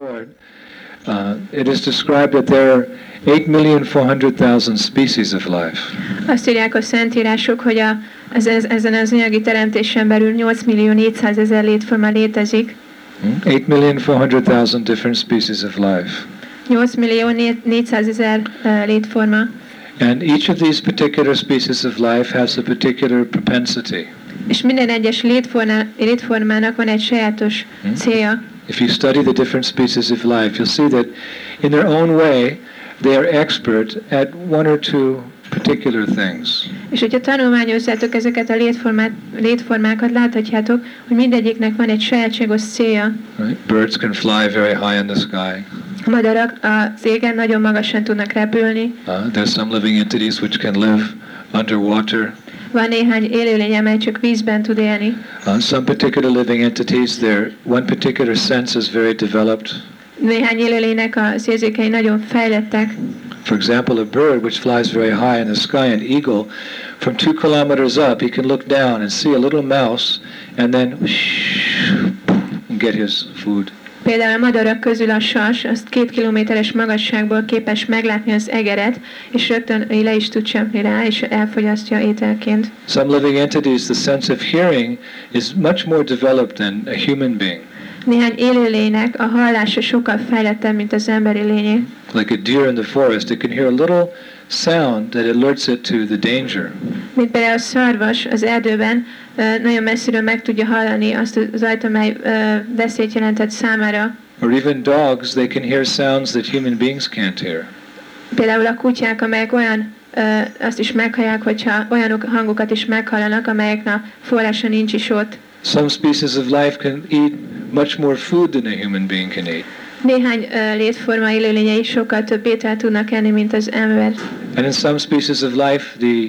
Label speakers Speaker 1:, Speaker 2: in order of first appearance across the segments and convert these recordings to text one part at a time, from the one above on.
Speaker 1: Lord. Uh, it is described that there are 8,400,000 species of life.
Speaker 2: Azt írják a szentírások, hogy a, ez, ez, ezen az anyagi teremtésen belül 8 millió 400 ezer létforma létezik.
Speaker 1: Hmm? 8,400,000 different species of life.
Speaker 2: 8 millió 400 ezer létforma.
Speaker 1: And each of these particular species of life has a particular propensity.
Speaker 2: És minden egyes létforma, létformának van egy sajátos
Speaker 1: Hmm?
Speaker 2: célja.
Speaker 1: If you study the different species of life, you'll see that in their own way, they are expert at one or two particular things.
Speaker 2: És hogyha tanulmányozzátok ezeket a létformát, létformákat, láthatjátok, hogy mindegyiknek van egy sajátságos célja.
Speaker 1: Right? Birds can fly very high in the sky.
Speaker 2: A madarak az égen nagyon magasan tudnak repülni.
Speaker 1: Uh, there's some living entities which can live underwater.
Speaker 2: Van néhány élőlény, amely csak vízben tud élni.
Speaker 1: Uh, some particular living entities, their one particular sense is very developed.
Speaker 2: Néhány élőlénynek az érzékei nagyon fejlettek.
Speaker 1: For example, a bird which flies very high in the sky, an eagle, from two kilometers up, he can look down and see a little mouse and then and get his food.
Speaker 2: Például a madarak közül a sas, azt két kilométeres magasságból képes meglátni az egeret, és rögtön ő le is tud csapni rá, és elfogyasztja ételként.
Speaker 1: Some living entities, the sense of hearing is much more developed than a human being.
Speaker 2: Néhány élőlénynek a hallása sokkal fejlettebb, mint az emberi lényé.
Speaker 1: Like a deer in the forest, it can hear a little sound that alerts it to the danger.
Speaker 2: Mint például a szarvas az erdőben ö, nagyon messziről meg tudja hallani azt az ajt, amely ö, veszélyt jelentett számára.
Speaker 1: Or even dogs, they can hear sounds that human beings can't hear.
Speaker 2: Például a kutyák, amelyek olyan, ö, azt is meghallják, hogyha olyan hangokat is meghallanak, amelyeknek forrása nincs is ott.
Speaker 1: Some species of life can eat much more food than a human being can eat.
Speaker 2: Néhány ö, létforma élőlényei sokkal több ételt tudnak enni, mint az ember.
Speaker 1: And in some species of life, the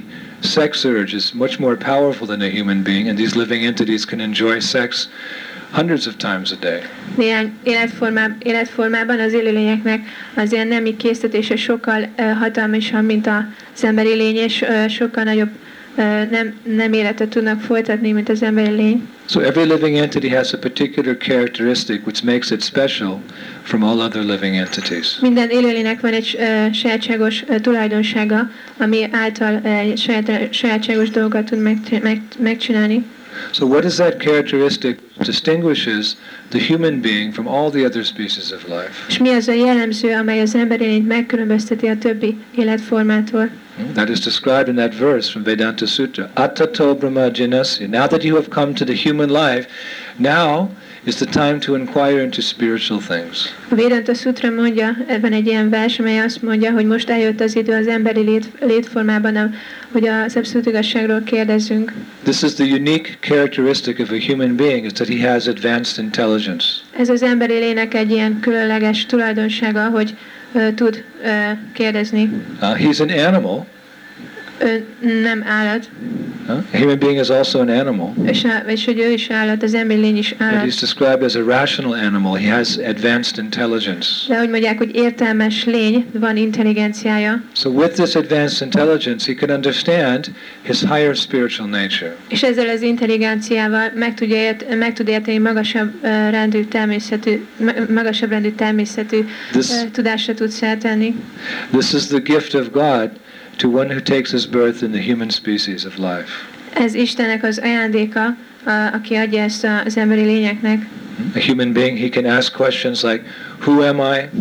Speaker 1: sex urge is much more powerful than a human being, and these living entities can enjoy sex hundreds of times a day.
Speaker 2: Néhány életformá, életformában az élőlényeknek az ilyen nemi késztetése sokkal ö, hatalmasabb, mint az emberi lény, és ö, sokkal nagyobb ö, nem, nem életet tudnak folytatni, mint az emberi lény.
Speaker 1: So every living entity has a particular characteristic which makes it special from all other living entities.
Speaker 2: Minden élőlénynek van egy ö, sajátságos ö, tulajdonsága, ami által ö, egy saját, sajátságos dolgokat tud meg, meg, megcsinálni.
Speaker 1: So what is that characteristic distinguishes the human being from all the other species of life?
Speaker 2: És mi az a jellemző, amely az emberi lényt megkülönbözteti a többi életformától?
Speaker 1: That is described in that verse from Vedanta Sutra. Atato Brahma Janasya. Now that you have come to the human life, now is the time to inquire into spiritual things.
Speaker 2: A Védanta Sutra mondja, van egy ilyen vers, amely azt mondja, hogy most eljött az idő az emberi lét, létformában, a- hogy az abszolút igazságról kérdezzünk.
Speaker 1: This is the unique characteristic of a human being is that he has advanced intelligence.
Speaker 2: Ez az emberi lének egy ilyen különleges tulajdonsága, hogy ö, tud ö, kérdezni.
Speaker 1: Uh, he's an animal.
Speaker 2: Ő nem állat,
Speaker 1: huh? A human being is also an animal.
Speaker 2: és, á- és hogy ő is állat, az emberi lény is
Speaker 1: But
Speaker 2: állat.
Speaker 1: he's described as a rational animal. He has advanced intelligence.
Speaker 2: De hogy mondják, hogy értelmes lény, van intelligenciája,
Speaker 1: So with this advanced intelligence, he can understand his higher spiritual nature.
Speaker 2: és ezzel az intelligenciával meg tudja, ért, meg tud érteni magasabb ö, rendű természetű, ma- magasabb rendű természetű
Speaker 1: This,
Speaker 2: Ö, tudásra tud szertenni.
Speaker 1: this is the gift of God to one who takes his birth in the human species of life.
Speaker 2: Ez Istennek az ajándéka, a, aki adja ezt a- az emberi lényeknek.
Speaker 1: A human being, he can ask questions like, who am I?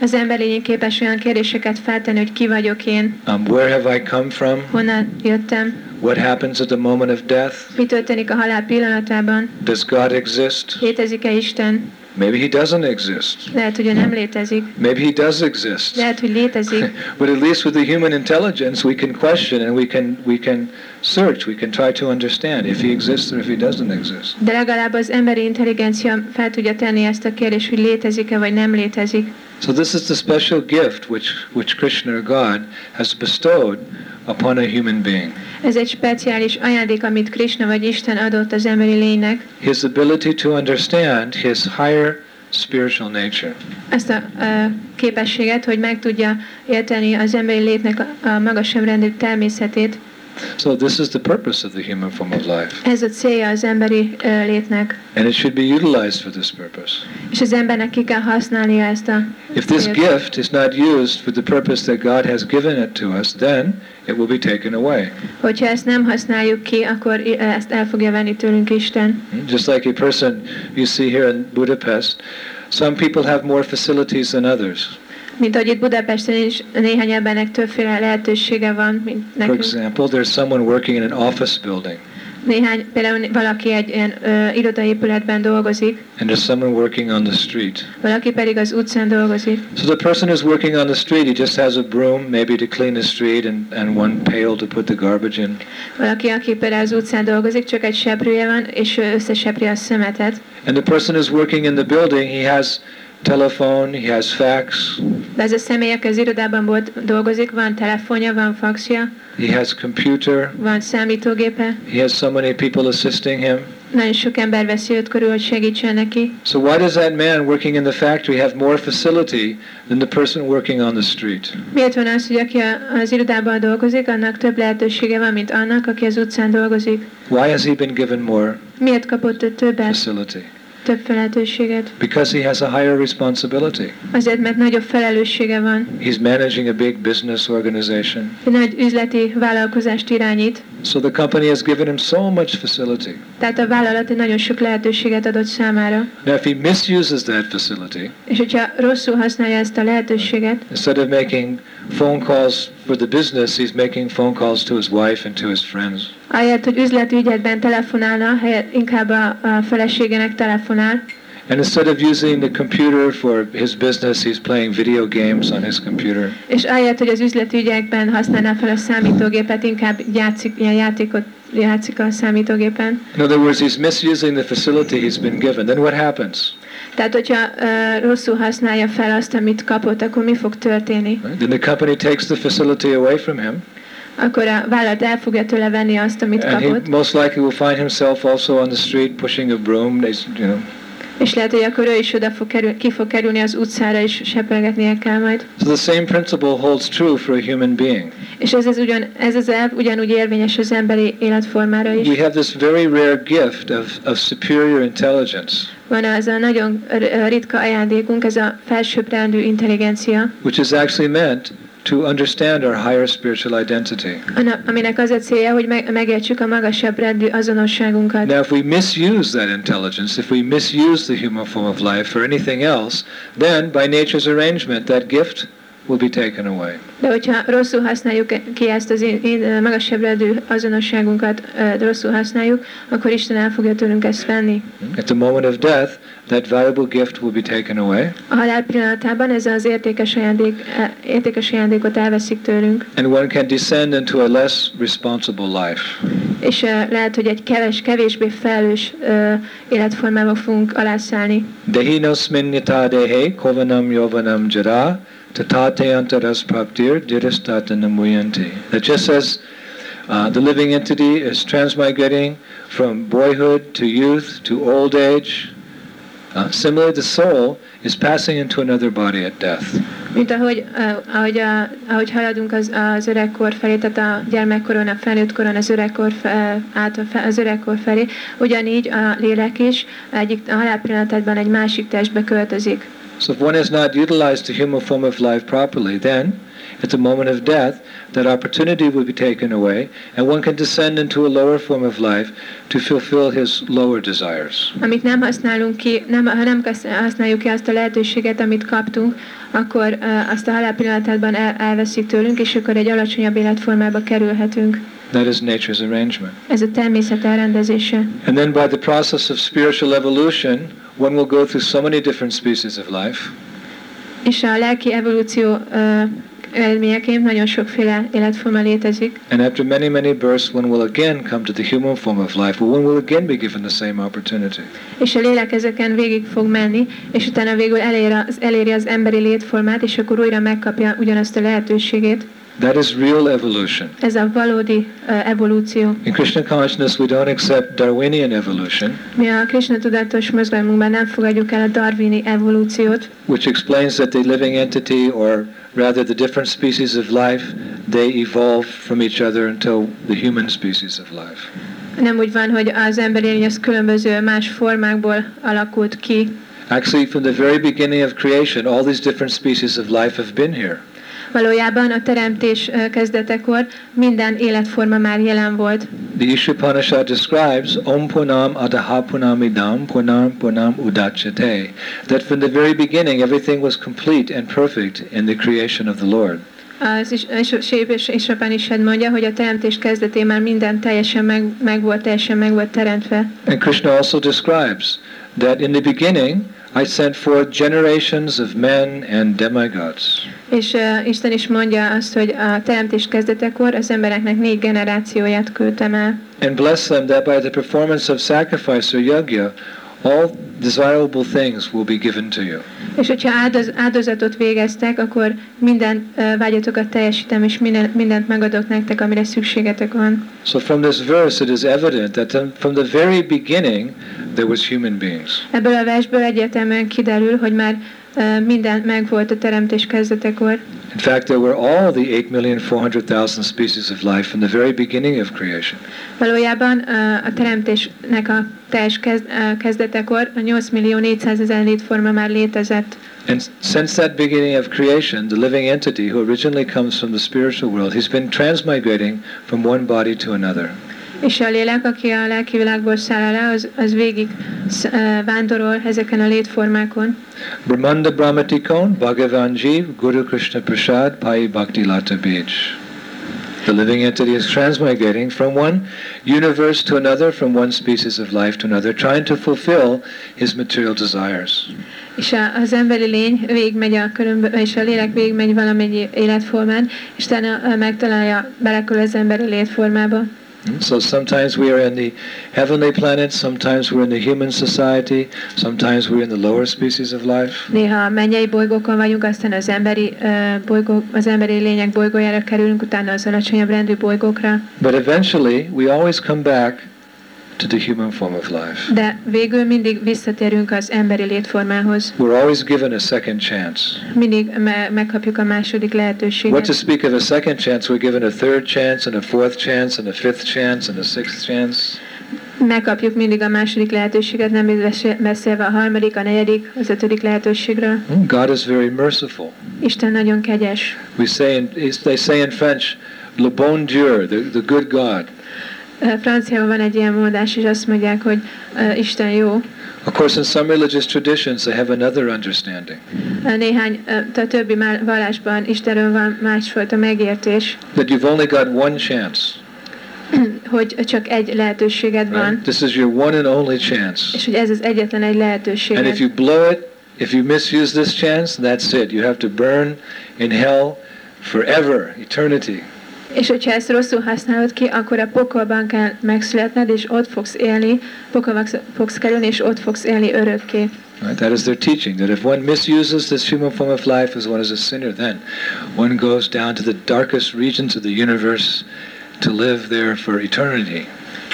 Speaker 2: Az emberi lény képes olyan kérdéseket feltenni, hogy ki vagyok én,
Speaker 1: Um, where have I come from?
Speaker 2: honnan jöttem,
Speaker 1: What happens at the moment of death?
Speaker 2: mi történik a halál pillanatában,
Speaker 1: Does God exist?
Speaker 2: létezik-e Isten,
Speaker 1: Maybe he doesn't exist.
Speaker 2: lehet, hogy ő nem létezik,
Speaker 1: Maybe he does exist.
Speaker 2: lehet, hogy létezik,
Speaker 1: But at least with the human intelligence, we can question and we can, we can search, we can try to understand if he exists or if he doesn't exist.
Speaker 2: de legalább az emberi intelligencia fel tudja tenni ezt a kérdést, hogy létezik-e vagy nem létezik.
Speaker 1: So this is the special gift which, which Krishna or God has bestowed upon a human being.
Speaker 2: Ez egy speciális ajándék, amit Krishna vagy Isten adott az emberi lénynek,
Speaker 1: His ability to understand his higher spiritual nature.
Speaker 2: ezt a ö, képességet, hogy meg tudja érteni az emberi létnek a, a magasabb rendű természetét.
Speaker 1: So this is the purpose of the human form of life.
Speaker 2: Ez a célja az emberi ö, létnek,
Speaker 1: And it should be utilized for this purpose.
Speaker 2: és az embernek ki kell használnia ezt a
Speaker 1: If this
Speaker 2: Yes.
Speaker 1: gift is not used for the purpose that God has given it to us, then it will be taken away.
Speaker 2: Hogyha ezt nem használjuk ki, akkor i- ezt el fogja venni tőlünk Isten.
Speaker 1: Hmm? Just like a person you see here in Budapest, some people have more facilities than others.
Speaker 2: Mint ahogy itt Budapesten is néhány embernek többféle lehetősége van, mint
Speaker 1: For
Speaker 2: nekünk.
Speaker 1: example, there's someone working in an office building,
Speaker 2: Néhány, például valaki egy ilyen ö, irodaépületben dolgozik,
Speaker 1: and there's someone working on the street.
Speaker 2: valaki pedig az utcán dolgozik.
Speaker 1: So the person who's working on the street, he just has a broom maybe to clean the street and, and one pail to put the garbage in.
Speaker 2: Valaki, aki például az utcán dolgozik, csak egy seprője van, és ő összesepri a szemetet.
Speaker 1: And the person who's working in the building, he has telephone, he has fax,
Speaker 2: De ez a személy, aki az irodában volt, dolgozik, van telefonja, van faxja,
Speaker 1: he has computer,
Speaker 2: van számítógépe.
Speaker 1: he has so many people assisting him.
Speaker 2: Nagyon sok ember veszi őt körül, hogy segítsen neki.
Speaker 1: So why does that man working in the factory have more facility than the person working on the street?
Speaker 2: Miért van az, hogy aki a- az irodában dolgozik, annak több lehetősége van, mint annak, aki az utcán dolgozik?
Speaker 1: Why has he been given more
Speaker 2: Miért kapott ő többet,
Speaker 1: facility?
Speaker 2: több lehetőséget?
Speaker 1: Because he has a higher responsibility.
Speaker 2: Azért, mert nagyobb felelőssége van.
Speaker 1: He's managing a big business organization.
Speaker 2: Egy nagy üzleti vállalkozást irányít,
Speaker 1: So the company has given him so much facility.
Speaker 2: tehát a vállalat egy nagyon sok lehetőséget adott számára.
Speaker 1: Now, if he misuses that facility,
Speaker 2: És hogyha rosszul használja ezt a lehetőséget,
Speaker 1: instead of making phone calls for the business, he's making phone calls to his wife and to his friends.
Speaker 2: ahelyett, hogy üzleti ügyekben telefonálna, helyett inkább a, a feleségének telefonál,
Speaker 1: And instead of using the computer for his business, he's playing video games on his computer.
Speaker 2: és ahelyett, hogy az üzleti ügyekben használná fel a számítógépet, inkább játszik, ilyen játékot játszik a számítógépen.
Speaker 1: In other words, he's misusing the facility he's been given. Then what happens?
Speaker 2: Tehát, hogyha ö, rosszul használja fel azt, amit kapott, akkor mi fog történni?
Speaker 1: Right? Then the company takes the facility away from him,
Speaker 2: Akkor a vállalat el fogja tőle venni azt, amit
Speaker 1: and he
Speaker 2: kapott,
Speaker 1: most likely will find himself also on the street pushing a broom. They s- You know.
Speaker 2: és lehet, hogy akkor ő is oda fog kerül, ki fog kerülni az utcára, és sepelgetnie kell majd.
Speaker 1: So the same principle holds true for a human being.
Speaker 2: És ez, ez, ugyan, ez az elv ugyanúgy érvényes az emberi életformára is.
Speaker 1: We have this very rare gift of, of superior intelligence,
Speaker 2: Van az a nagyon r- ritka ajándékunk, ez a felsőbbrendű intelligencia,
Speaker 1: which is actually meant to understand our higher spiritual identity.
Speaker 2: ana- aminek az a célja, hogy meg, megértsük a magasabb rendű azonosságunkat.
Speaker 1: Now, if we misuse that intelligence, if we misuse the human form of life for anything else, then by nature's arrangement, that gift will be taken away.
Speaker 2: De hogyha rosszul használjuk ki ezt az én, én magasebbrendű azonosságunkat, ö, rosszul használjuk, akkor Isten el fogja tőlünk ezt venni.
Speaker 1: At the moment of death, that valuable gift will be taken away,
Speaker 2: A halál pillanatában ez az értékes, ajándék, ö, értékes ajándékot elveszik tőlünk,
Speaker 1: and one can descend into a less responsible life.
Speaker 2: és ö, lehet, hogy egy keves, kevésbé felelős ö, életformába fogunk alászállni.
Speaker 1: Dehinosmin nitadehe kovanam yovanam jara tatate antaras praptir diristata namuyanti. That just says uh, the living entity is transmigrating from boyhood to youth to old age. Uh, similarly, the soul is passing into another body at death.
Speaker 2: Mint ahogy, eh, ahogy, a, ahogy haladunk az, az öregkor felé, tehát a gyermekkoron, a felnőttkoron, az öregkor, f- eh, át a fe- az öregkor felé, ugyanígy a lélek is egyik a halál pillanatában egy másik testbe költözik.
Speaker 1: So if one has not utilized the human form of life properly, then at the moment of death, that opportunity will be taken away, and one can descend into a lower form of life to fulfill his lower desires.
Speaker 2: Amit nem használunk ki, nem, ha nem kasz- használjuk ki azt a lehetőséget, amit kaptunk, akkor eh, azt a halál pillanatában el, elveszik tőlünk, és akkor egy alacsonyabb életformába kerülhetünk.
Speaker 1: That is nature's arrangement.
Speaker 2: Ez a természet elrendezése.
Speaker 1: And then by the process of spiritual evolution, one will go through so many different species of life.
Speaker 2: És a lelki evolúció ö, eredményeként nagyon sokféle életforma létezik,
Speaker 1: And after many, many births, one will again come to the human form of life, where one will again be given the same opportunity.
Speaker 2: és a lélek ezeken végig fog menni, és utána végül elér az, eléri az emberi létformát, és akkor újra megkapja ugyanazt a lehetőségét.
Speaker 1: That is real evolution.
Speaker 2: Ez a valódi ö, evolúció.
Speaker 1: In Krishna consciousness, we don't accept Darwinian evolution,
Speaker 2: Mi a Krishna tudatos mozgalmunkban nem fogadjuk el a darwini evolúciót,
Speaker 1: which explains that the living entity, or rather the different species of life, they evolve from each other until the human species of life.
Speaker 2: nem úgy van, hogy az emberi lény az különböző más formákból alakult ki.
Speaker 1: Actually, from the very beginning of creation, all these different species of life have been here.
Speaker 2: Valójában a teremtés ö, kezdetekor minden életforma már jelen volt.
Speaker 1: The Ishupanishad describes Om Punam Adaha Punam Idam Punam Punam Udachate, that from the very beginning everything was complete and perfect in the creation of the Lord.
Speaker 2: Az is, és, és, és Apán is mondja, hogy a teremtés kezdetén már minden teljesen meg, meg volt, teljesen meg volt teremtve.
Speaker 1: And Krishna also describes that in the beginning I sent forth generations of men and demigods.
Speaker 2: És uh, Isten is mondja azt, hogy a teremtés kezdetekor az embereknek négy generációját küldtem el,
Speaker 1: and bless them that by the performance of sacrifice or yajna, all desirable things will be given to you.
Speaker 2: és hogyha áldoz, áldozatot végeztek, akkor minden uh, vágyatokat teljesítem, és minden, mindent megadok nektek, amire szükségetek van.
Speaker 1: So from this verse, it is evident that then from the very beginning, there was human beings.
Speaker 2: Ebből a versből egyértelműen kiderül, hogy már uh, minden megvolt a teremtés kezdetekor.
Speaker 1: In fact, there were all the 8,400,000 species of life from the very beginning of creation.
Speaker 2: Valójában ö, a teremtésnek a teljes kez- ö, kezdetekor a 8 millió 400 ezer létforma már létezett.
Speaker 1: And s- since that beginning of creation, the living entity who originally comes from the spiritual world, he's been transmigrating from one body to another.
Speaker 2: És a lélek, aki a lelki világból száll le, az, az végig sz- ö, vándorol ezeken a létformákon.
Speaker 1: Brahmanda Brahmatikon, Bhagavan Jeev, Guru Krishna Prasad, Pai Bhakti Lata Beach. The living entity is transmigrating from one universe to another, from one species of life to another, trying to fulfill his material desires.
Speaker 2: És a, az emberi lény végigmegy a körömbö, és a lélek végigmegy valamennyi életformán, és utána ö, megtalálja, belekül az emberi létformába.
Speaker 1: Hmm? So sometimes we are in the heavenly planet, sometimes we're in the human society, sometimes we're in the lower species of life.
Speaker 2: Néha a mennyei bolygókon vagyunk, aztán az emberi, ö, bolygó, az emberi lények bolygójára kerülünk, utána az alacsonyabb rendű bolygókra.
Speaker 1: But eventually, we always come back to the human form of life.
Speaker 2: De végül mindig visszatérünk az emberi létformához.
Speaker 1: We're always given a second chance.
Speaker 2: Mindig me- megkapjuk a második
Speaker 1: What to
Speaker 2: lehetőséget.
Speaker 1: speak of a second chance? We're given a third chance, and a fourth chance, and a fifth chance, and a sixth chance.
Speaker 2: Megkapjuk mindig a második lehetőséget, nem is beszélve a harmadik, a negyedik, az ötödik lehetőségről.
Speaker 1: Hmm, God is very merciful.
Speaker 2: Isten nagyon kegyes.
Speaker 1: We say in, is- they say in French, "Le bon Dieu," the, the good God.
Speaker 2: Ö, Franciában van egy ilyen mondás, és azt mondják, hogy ö, Isten jó.
Speaker 1: Of course, in some religious traditions, they have another understanding.
Speaker 2: Ö, Néhány, ö, a többi má- vallásban Istenről van másfajta megértés,
Speaker 1: That you've only got one chance.
Speaker 2: hogy csak egy lehetőséged
Speaker 1: Right?
Speaker 2: van,
Speaker 1: This is your one and only chance.
Speaker 2: és hogy ez az egyetlen egy
Speaker 1: And if
Speaker 2: lehetőséged.
Speaker 1: you blow it, if you misuse this chance, that's it. You have to burn in hell forever, eternity.
Speaker 2: És hogyha ezt rosszul használod ki, akkor a pokolban kell megszületned, és ott fogsz élni, pokolba fogsz kerülni, és ott fogsz élni örökké.
Speaker 1: Right? That is their teaching, that if one misuses this human form of life as one is a sinner, then one goes down to the darkest regions of the universe to live there for eternity.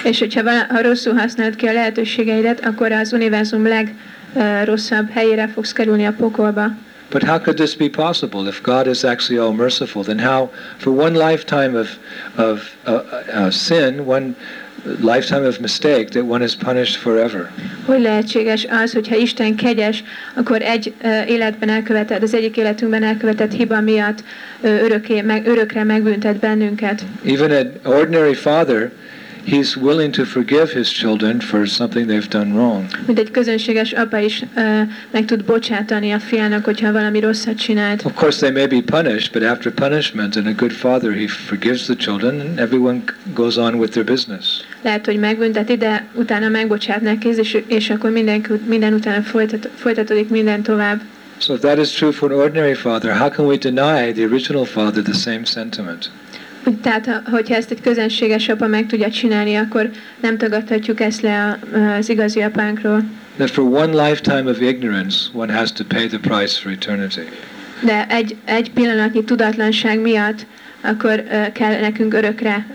Speaker 2: És hogyha vala, ha rosszul használod ki a lehetőségeidet, akkor az univerzum legrosszabb helyére fogsz kerülni a pokolba.
Speaker 1: But how could this be possible? If God is actually all merciful, then how, for one lifetime of, of uh, uh, sin, one lifetime of mistake, that one is punished forever?
Speaker 2: Hogy lehetséges az, hogyha Isten kegyes, akkor egy ö, életben elkövetett, az egyik életünkben elkövetett hiba miatt ö, örökké, meg, örökre megbüntet bennünket.
Speaker 1: Even an ordinary father, he's willing to forgive his children for something they've done wrong.
Speaker 2: Mint egy közönséges apa is ö, meg tud bocsátani a fiának, hogyha valami rosszat csinált.
Speaker 1: Of course, they may be punished, but after punishment, and a good father, he forgives the children, and everyone c- goes on with their business.
Speaker 2: Lehet, hogy megbünteti, de utána megbocsát neki, és, és akkor mindenki, minden után folytat, folytatódik minden tovább.
Speaker 1: So, if that is true for an ordinary father, how can we deny the original father the same sentiment?
Speaker 2: Úgy, Tehát, ha- hogyha ezt egy közönséges apa meg tudja csinálni, akkor nem tagadhatjuk ezt le a, az igazi apánkról.
Speaker 1: That for one lifetime of ignorance, one has to pay the price for eternity.
Speaker 2: de egy, egy pillanatnyi tudatlanság miatt akkor ö, kell nekünk örökre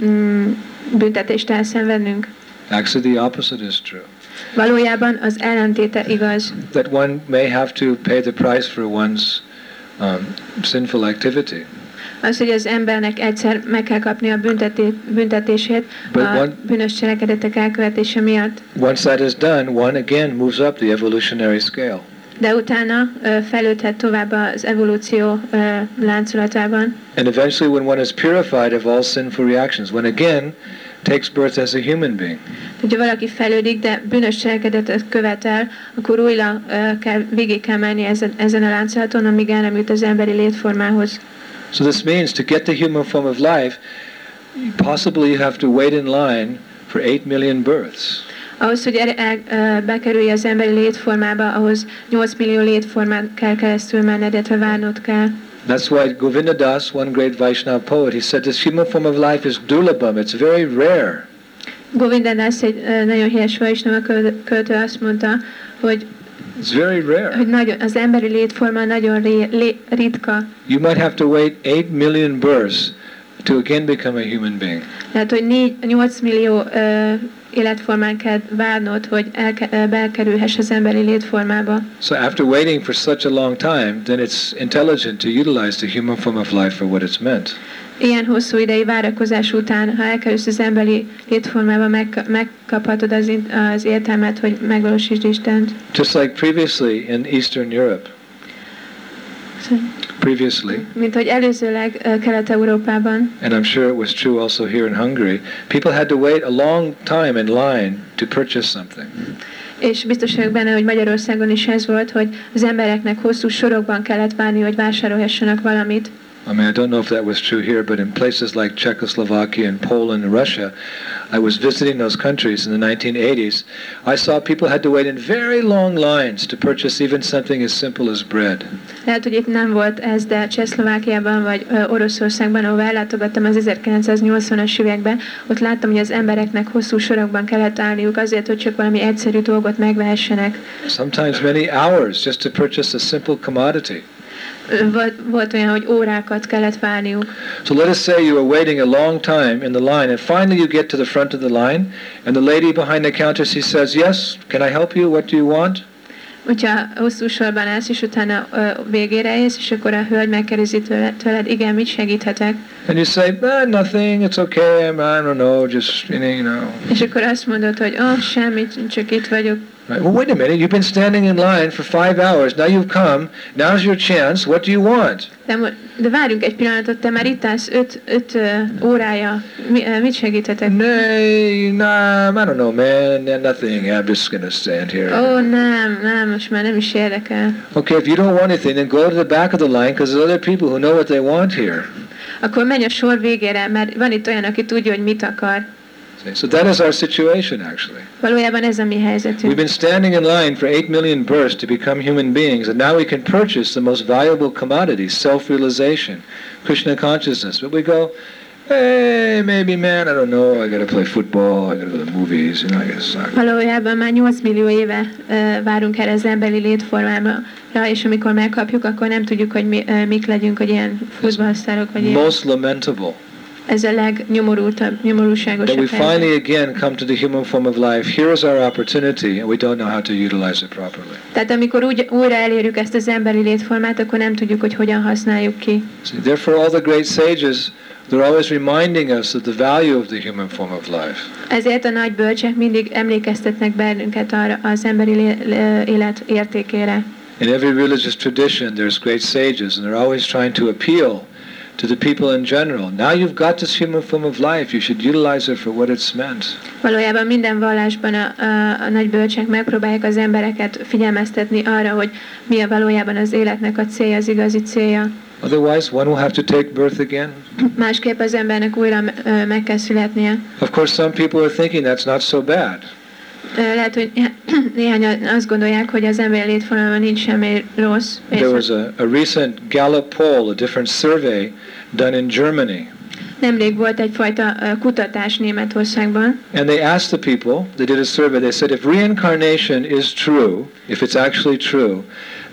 Speaker 2: ö, mm, büntetést elszenvednünk.
Speaker 1: Actually, the opposite is true.
Speaker 2: Valójában az ellentéte igaz,
Speaker 1: That one may have to pay the price for one's um, sinful activity.
Speaker 2: az, hogy az embernek egyszer meg kell kapni a bünteté- büntetését
Speaker 1: But
Speaker 2: a
Speaker 1: one-
Speaker 2: bűnös cselekedetek elkövetése miatt,
Speaker 1: Once that is done, one again moves up the evolutionary scale.
Speaker 2: de utána ö, fejlődhet tovább az evolúció ö, láncolatában,
Speaker 1: And eventually, when one is purified of all sinful reactions, one again takes birth as a human being.
Speaker 2: Hogyha valaki fejlődik, de bűnös cselekedetet követel, akkor újra ö, kell, végig kell menni ezen, ezen a láncolaton, amíg el nem jut az emberi létformához.
Speaker 1: So, this means to get the human form of life, possibly you have to wait in line for 8 million births.
Speaker 2: Ahhoz, hogy er, el, ö, bekerülj az emberi létformába, ahhoz 8 millió létformán kell keresztül menned, illetve várnod kell.
Speaker 1: That's why Govinda Das, one great Vaishnava poet, he said this human form of life is durlabham, it's very rare.
Speaker 2: Govindadász egy ö, nagyon híres vaisnava költ- költő azt mondta, hogy,
Speaker 1: It's very
Speaker 2: hogy
Speaker 1: rare.
Speaker 2: nagyon, az emberi létforma nagyon ré, lé, ritka.
Speaker 1: You might have to wait 8 million births to again become a human being.
Speaker 2: Tehát, hogy 4, 8 millió ö, életformán kell várnod, hogy elke, ö, belkerülhess az emberi létformába.
Speaker 1: So after waiting for such a long time, then it's intelligent to utilize the human form of life for what it's meant.
Speaker 2: Ilyen hosszú idei várakozás után, ha elkerülsz az emberi létformába, meg, megkaphatod az, in- az értelmet, hogy megvalósítsd Istent.
Speaker 1: Just like previously in Eastern Europe, previously,
Speaker 2: Szóval, Mint hogy előzőleg ö, Kelet-Európában,
Speaker 1: and I'm sure it was true also here in Hungary, people had to wait a long time in line to purchase something.
Speaker 2: és biztos vagyok benne, hogy Magyarországon is ez volt, hogy az embereknek hosszú sorokban kellett várni, hogy vásárolhassanak valamit,
Speaker 1: I mean, I don't know if that was true here, but in places like Czechoslovakia and Poland and Russia, I was visiting those countries in the 1980s. I saw people had to wait in very long lines to purchase even something as simple as bread.
Speaker 2: Lehet, hogy itt nem volt ez, de Csehszlovákiában vagy ö, Oroszországban, ahol ellátogattam az 1980-as években, ott láttam, hogy az embereknek hosszú sorokban kellett állniuk azért, hogy csak valami egyszerű dolgot megvehessenek.
Speaker 1: sometimes many hours just to purchase a simple commodity.
Speaker 2: Ö, Volt, volt olyan, hogy órákat kellett várniuk.
Speaker 1: So let us say you are waiting a long time in the line and finally you get to the front of the line and the lady behind the counter she says, "Yes, can I help you? What do you want?"
Speaker 2: Hogyha hosszú sorban állsz, és utána ö, végére érsz, és akkor a hölgy megkérdezi tőled, tőled, igen, mit segíthetek?
Speaker 1: And you say, ah, "Nothing. It's okay. I'm, I don't know. Just you know." You know.
Speaker 2: És akkor azt mondod, hogy ó, oh, semmit, csak itt vagyok.
Speaker 1: Right. Well, wait a minute. You've been standing in line for five hours. Now you've come. Now's your chance. What do you want?
Speaker 2: De, mo- de várjunk egy pillanatot, te már itt állsz öt, öt ö, órája. Mi, ö, mit segíthetek?
Speaker 1: Nay, nah, I don't know, man. Nah, Nothing. I'm just gonna stand here.
Speaker 2: Ó, nem, nem, most már nem is érdekel.
Speaker 1: Okay, if you don't want anything, then go to the back of the line because there's other people who know what they want here.
Speaker 2: Akkor menj a sor végére, mert van itt olyan, aki tudja, hogy mit akar.
Speaker 1: See, So that is our situation, actually.
Speaker 2: Valójában ez a mi
Speaker 1: We've
Speaker 2: helyzetünk.
Speaker 1: been standing in line for 8 million births to become human beings, and now we can purchase the most valuable commodity, self-realization, Krishna consciousness. But we go, hey, maybe, man, I don't know, I gotta play football, I gotta go to the movies, you know, I uh, gotta suck.
Speaker 2: Valójában már 8 millió éve ö, várunk erre az emberi létformára, és amikor megkapjuk, akkor nem tudjuk, hogy mi, ö, mik legyünk, hogy ilyen futballsztárok, vagy ilyen.
Speaker 1: Most lamentable
Speaker 2: Ez a legnyomorultabb,
Speaker 1: that we
Speaker 2: nyomorúságosabb helyzet.
Speaker 1: finally again come to the human form of life. Here is our opportunity, and we don't know how to utilize it properly.
Speaker 2: Tehát amikor úgy, újra elérjük ezt az emberi létformát, akkor nem tudjuk, hogy hogyan használjuk ki.
Speaker 1: See, therefore, all the great sages, they're always reminding us of the value of the human form of life.
Speaker 2: Ezért a nagy bölcsek mindig emlékeztetnek bennünket arra az emberi lé- lé- élet értékére.
Speaker 1: In every religious tradition, there's great sages, and they're always trying to appeal to the people in general. Now you've got this human form of life, you should utilize it for what it's meant.
Speaker 2: Valójában minden vallásban a, a, a nagy bölcsek megpróbálják az embereket figyelmeztetni arra, hogy mi a valójában az életnek a célja, az igazi célja.
Speaker 1: Otherwise, one will have to take birth again.
Speaker 2: Másképp az embernek újra ö, meg kell születnie.
Speaker 1: Of course, some people are thinking that's not so bad.
Speaker 2: Ö, Lehet, hogy néhányan azt gondolják, hogy az emberi létformában nincs semmi rossz. És
Speaker 1: There was a, a recent Gallup poll, a different survey done in Germany.
Speaker 2: Nemrég volt egyfajta ö, kutatás Németországban,
Speaker 1: And they asked the people, they did a survey, they said, if reincarnation is true, if it's actually true,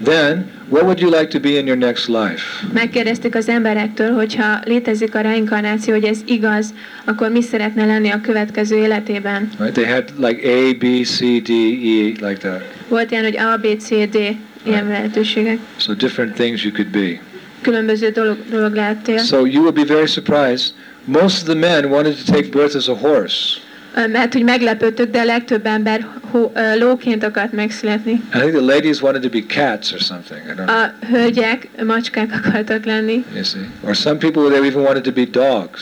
Speaker 1: then what would you like to be in your next life?
Speaker 2: megkérdezték az emberektől, hogyha létezik a reinkarnáció, hogy ez igaz, akkor mi szeretne lenni a következő életében.
Speaker 1: Right? They had like A, B, C, D, E, like that.
Speaker 2: Volt ilyen, hogy A, B, C, D, ilyen lehetőségek.
Speaker 1: So different things you could be.
Speaker 2: Különböző dolog, dolog lehettél.
Speaker 1: So you will be very surprised. Most of the men wanted to take birth as a horse.
Speaker 2: Ö, Mert hogy meglepődtök, de a legtöbb ember hó, ö, lóként akart megszületni.
Speaker 1: I think the ladies wanted to be cats or something. I don't know.
Speaker 2: A hölgyek macskák akartak lenni,
Speaker 1: You see? Or some people they even wanted to be dogs.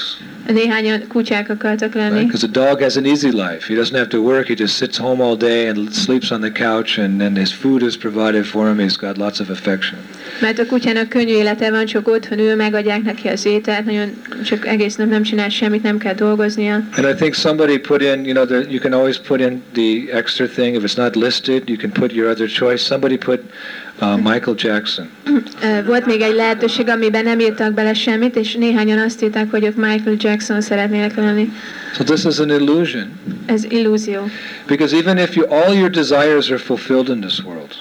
Speaker 2: néhányan kutyák akartak lenni.
Speaker 1: Because a dog has an easy life. He doesn't have to work. He just sits home all day and sleeps on the couch, and then his food is provided for him. He's got lots of affection.
Speaker 2: Mert a kutyának könnyű élete van, csak otthon ül, megadják neki az ételt, nagyon, csak egész nap nem csinál semmit, nem kell dolgoznia.
Speaker 1: And I think somebody put in, you know, the, you can always put in the extra thing. If it's not listed, you can put your other choice. Somebody put uh, Michael Jackson.
Speaker 2: Ö, Volt még egy lehetőség, amiben nem írtak bele semmit, és néhányan azt írták, hogy ők Michael Jackson szeretnének lenni.
Speaker 1: So this is an illusion,
Speaker 2: Ez illúzió.
Speaker 1: because even if you, all your desires are fulfilled in this world,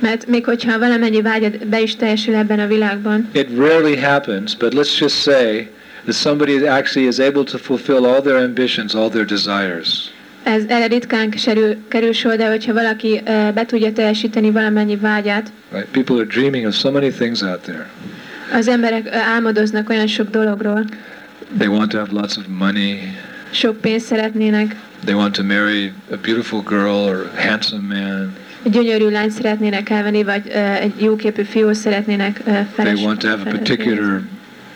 Speaker 2: Mert még hogyha valamennyi vágyad be is teljesül ebben a világban,
Speaker 1: it rarely happens. But let's just say that somebody actually is able to fulfill all their ambitions, all their desires.
Speaker 2: ez erre ritkán kerül, kerül sor, de hogyha valaki ö, be tudja teljesíteni valamennyi vágyát,
Speaker 1: Right? People are dreaming of so many things out there.
Speaker 2: az emberek ö, álmodoznak olyan sok dologról.
Speaker 1: They want to have lots of money.
Speaker 2: Sok pénzt szeretnének,
Speaker 1: They want to marry a beautiful girl or a handsome man.
Speaker 2: Egy gyönyörű lányt szeretnének elvenni, vagy ö, egy jóképű fiú szeretnének ö,
Speaker 1: They
Speaker 2: feles,
Speaker 1: want to have a
Speaker 2: feleségül.
Speaker 1: particular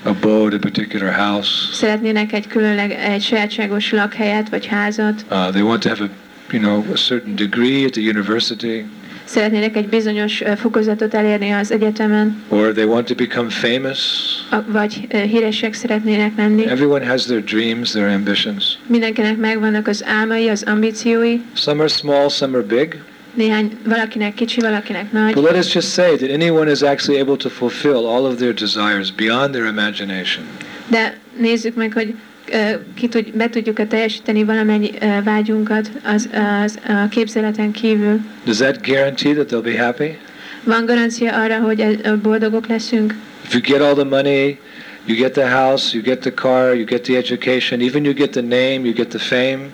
Speaker 1: abode, a particular house.
Speaker 2: Szeretnének egy különleg, egy sajátságos lakhelyet, vagy házat.
Speaker 1: Uh, they want to have a, you know, a certain degree at the university,
Speaker 2: Szeretnének egy bizonyos ö, fokozatot elérni az egyetemen,
Speaker 1: or they want to become famous.
Speaker 2: a- vagy ö, híresek szeretnének lenni.
Speaker 1: Everyone has their dreams, their ambitions.
Speaker 2: Mindenkinek megvannak az álmai, az ambíciói.
Speaker 1: Some are small, some are big.
Speaker 2: Néhány, valakinek kicsi, valakinek
Speaker 1: But
Speaker 2: nagy.
Speaker 1: let us just say that anyone is actually able to fulfill all of their desires beyond their imagination.
Speaker 2: De nézzük meg, hogy ö, ki tud, be tudjuk-e teljesíteni valamennyi ö, vágyunkat az, az a képzeleten kívül.
Speaker 1: Does that guarantee that they'll be happy?
Speaker 2: Van garancia arra, hogy ö, boldogok leszünk?
Speaker 1: If you get all the money, you get the house, you get the car, you get the education, even you get the name, you get the fame,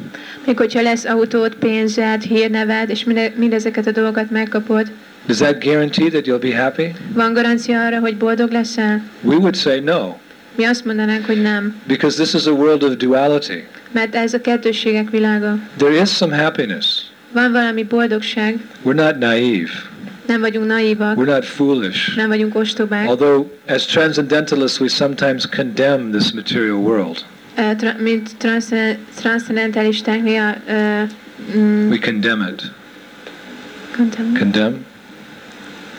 Speaker 2: Még hogyha lesz autód, pénzed, hírneved, és minde, mindezeket a dolgokat megkapod,
Speaker 1: does that guarantee that you'll be happy?
Speaker 2: van garancia arra, hogy boldog leszel?
Speaker 1: We would say no,
Speaker 2: Mi azt mondanánk, hogy nem.
Speaker 1: because this is a world of duality.
Speaker 2: Mert ez a kettőségek világa.
Speaker 1: There is some happiness.
Speaker 2: Van valami boldogság,
Speaker 1: We're not naive.
Speaker 2: nem vagyunk naívak,
Speaker 1: We're not foolish.
Speaker 2: nem vagyunk ostobák.
Speaker 1: Although, as transcendentalists, we sometimes condemn this material world.
Speaker 2: Ö, tra- mint transzcen- transzcendentalisták néha... ö, mm,
Speaker 1: We condemn it.
Speaker 2: kontem-
Speaker 1: Condemn?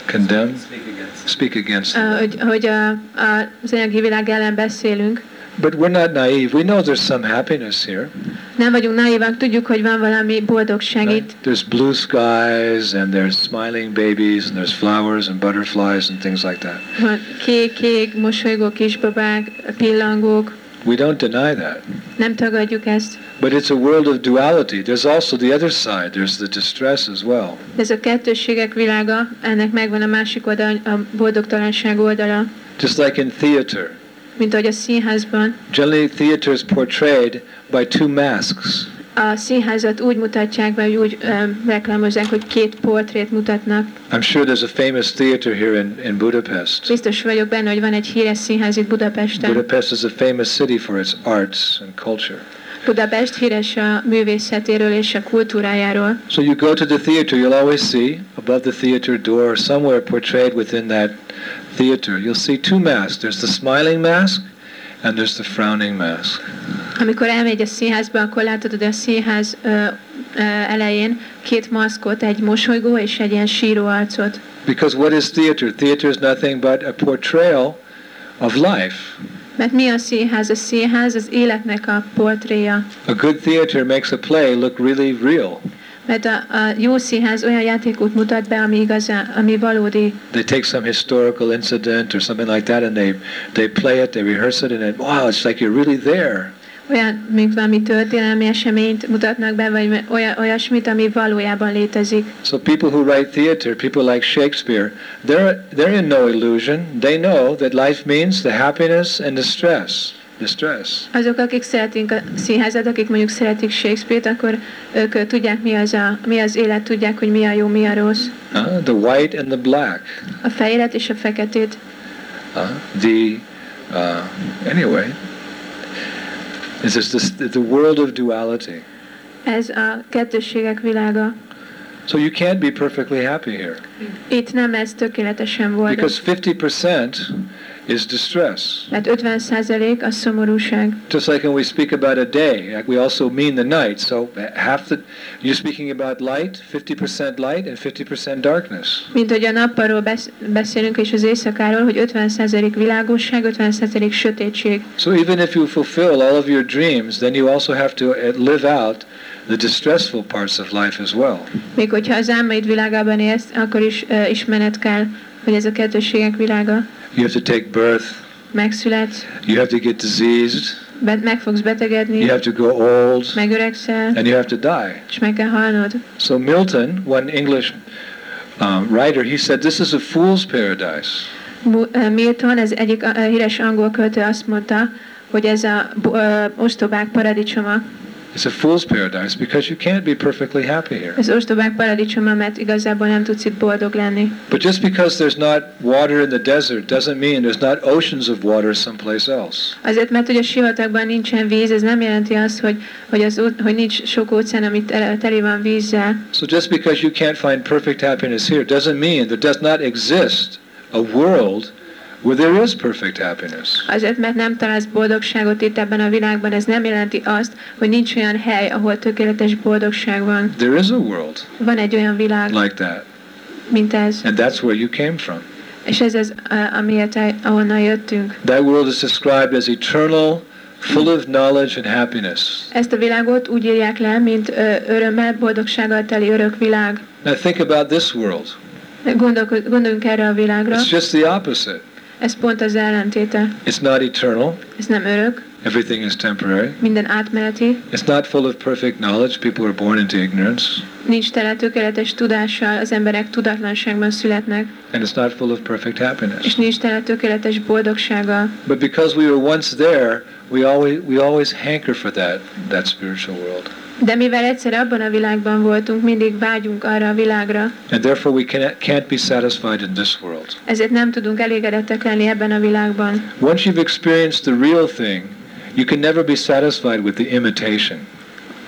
Speaker 1: Condemn?
Speaker 3: Speak against.
Speaker 1: Speak against
Speaker 2: ö,
Speaker 1: it.
Speaker 2: hogy, hogy a, a, az anyagi világ ellen beszélünk.
Speaker 1: But we're not naive. We know there's some happiness here.
Speaker 2: Nem vagyunk naívak, tudjuk, hogy van valami boldogság itt.
Speaker 1: There's blue skies and there's smiling babies and there's flowers and butterflies and things like that.
Speaker 2: Van kék-kék, mosolygó kisbabák, pillangók,
Speaker 1: We don't deny that.
Speaker 2: nem tagadjuk ezt.
Speaker 1: But it's a world of duality. There's also the other side. There's the distress as well.
Speaker 2: De ez a kettősségek világa, ennek megvan a másik oldal, a boldogtalanság oldala,
Speaker 1: Just like in theater.
Speaker 2: mint ahogy a színházban.
Speaker 1: Generally, theater is portrayed by two masks.
Speaker 2: A színházat úgy mutatják be, hogy úgy ö, reklámozzák, hogy két portrét mutatnak.
Speaker 1: I'm sure there's a famous theater here in, in Budapest.
Speaker 2: Biztos vagyok benne, hogy van egy híres színház itt Budapesten.
Speaker 1: Budapest is a famous city for its arts and culture.
Speaker 2: Budapest híres a művészetéről és a kultúrájáról.
Speaker 1: So you go to the theater, you'll always see above the theater door, somewhere portrayed within that theater, you'll see two masks. There's the smiling mask and there's the frowning mask.
Speaker 2: Amikor elmegy a színházba, akkor látod hogy a színház ö, ö, elején két maszkot, egy mosolygó és egy ilyen síró arcot.
Speaker 1: Because what is theater? Theater is nothing but a portrayal of life.
Speaker 2: Mert mi a színház? A színház az életnek a portréja.
Speaker 1: A good theater makes a play look really real.
Speaker 2: Mert a, a jó színház olyan játékot mutat be, ami igazán, ami valódi.
Speaker 1: They take some historical incident or something like that, and they they play it, they rehearse it, and it, wow, it's like you're really there.
Speaker 2: Olyan, mint valami történelmi eseményt mutatnak be, vagy olyan, olyasmit, ami valójában létezik.
Speaker 1: So people who write theater, people like Shakespeare, they're they're in no illusion. They know that life means the happiness and the stress. Distress.
Speaker 2: Azok, akik szeretik a színházat, akik mondjuk szeretik Shakespeare-t, akkor ők ö, tudják, mi az, a, mi az élet, tudják, hogy mi a jó, mi a rossz.
Speaker 1: Uh, the white and the black.
Speaker 2: A fehéret és a feketét.
Speaker 1: Uh, the uh, anyway. It's just this, the world of duality.
Speaker 2: Ez a kettősségek világa.
Speaker 1: So you can't be perfectly happy here
Speaker 2: Itt nem ez tökéletesen volt.
Speaker 1: because 50% is distress.
Speaker 2: Mert 50% a szomorúság.
Speaker 1: Just like when we speak about a day, like we also mean the night. So uh, half the you're speaking about light, 50% light and 50% darkness.
Speaker 2: Mint hogy a nappalról besz- beszélünk, és az éjszakáról, hogy 50% világosság, 50% sötétség.
Speaker 1: So even if you fulfill all of your dreams, then you also have to uh, live out the distressful parts of life as well.
Speaker 2: Még hogyha az álmaid világában élsz, akkor is uh, ismered kell, hogy ez a kettősségek világa.
Speaker 1: You have to take birth.
Speaker 2: Megszületsz,
Speaker 1: You have to get diseased.
Speaker 2: be- meg fogsz betegedni,
Speaker 1: You have to grow old,
Speaker 2: megöregszel,
Speaker 1: and you have to die.
Speaker 2: és meg kell halnod.
Speaker 1: So Milton, one English um, writer, he said, "This is a fool's paradise."
Speaker 2: Mu- ö, Milton, ez egyik ö, híres angol költő azt mondta, hogy ez a bo- ö, ostobák paradicsoma.
Speaker 1: It's a fool's paradise because you can't be perfectly happy here.
Speaker 2: Ez ostobák paradicsoma, mert igazából nem tudsz itt boldog lenni.
Speaker 1: But just because there's not water in the desert doesn't mean there's not oceans of water someplace else.
Speaker 2: Azért, mert hogy a sivatagban nincsen víz, ez nem jelenti azt, hogy, hogy, az, ó- hogy nincs sok óceán, amit teli van vízzel.
Speaker 1: So just because you can't find perfect happiness here doesn't mean there does not exist a world where there is perfect happiness.
Speaker 2: Azért, mert nem találsz boldogságot itt ebben a világban, ez nem jelenti azt, hogy nincs olyan hely, ahol tökéletes boldogság van.
Speaker 1: There is a world
Speaker 2: Van egy olyan világ,
Speaker 1: like that,
Speaker 2: mint ez.
Speaker 1: and that's where you came from.
Speaker 2: És ez az, ö, amiért el- ahonnan jöttünk.
Speaker 1: That world is described as eternal, full of knowledge and happiness.
Speaker 2: Ezt a világot úgy írják le, mint ö, örömmel, boldogsággal teli örök világ.
Speaker 1: Now think about this world.
Speaker 2: Gondolko- Gondoljunk erre a világra,
Speaker 1: It's just the opposite.
Speaker 2: ez pont az ellentéte.
Speaker 1: It's not eternal.
Speaker 2: Ez nem örök,
Speaker 1: Everything is temporary.
Speaker 2: minden átmeneti,
Speaker 1: It's not full of perfect knowledge. People are born into ignorance.
Speaker 2: nincs tele tökéletes tudással, az emberek tudatlanságban születnek,
Speaker 1: And it's not full of perfect
Speaker 2: és
Speaker 1: happiness.
Speaker 2: nincs tele tökéletes boldogsággal.
Speaker 1: But because we were once there, we always, we always hanker for that, that spiritual world.
Speaker 2: De mivel egyszer abban a világban voltunk, mindig vágyunk arra a világra,
Speaker 1: And therefore we cannot, can't be satisfied in this world.
Speaker 2: ezért nem tudunk elégedettek lenni ebben a világban.
Speaker 1: Once you've experienced the real thing, you can never be satisfied with the imitation.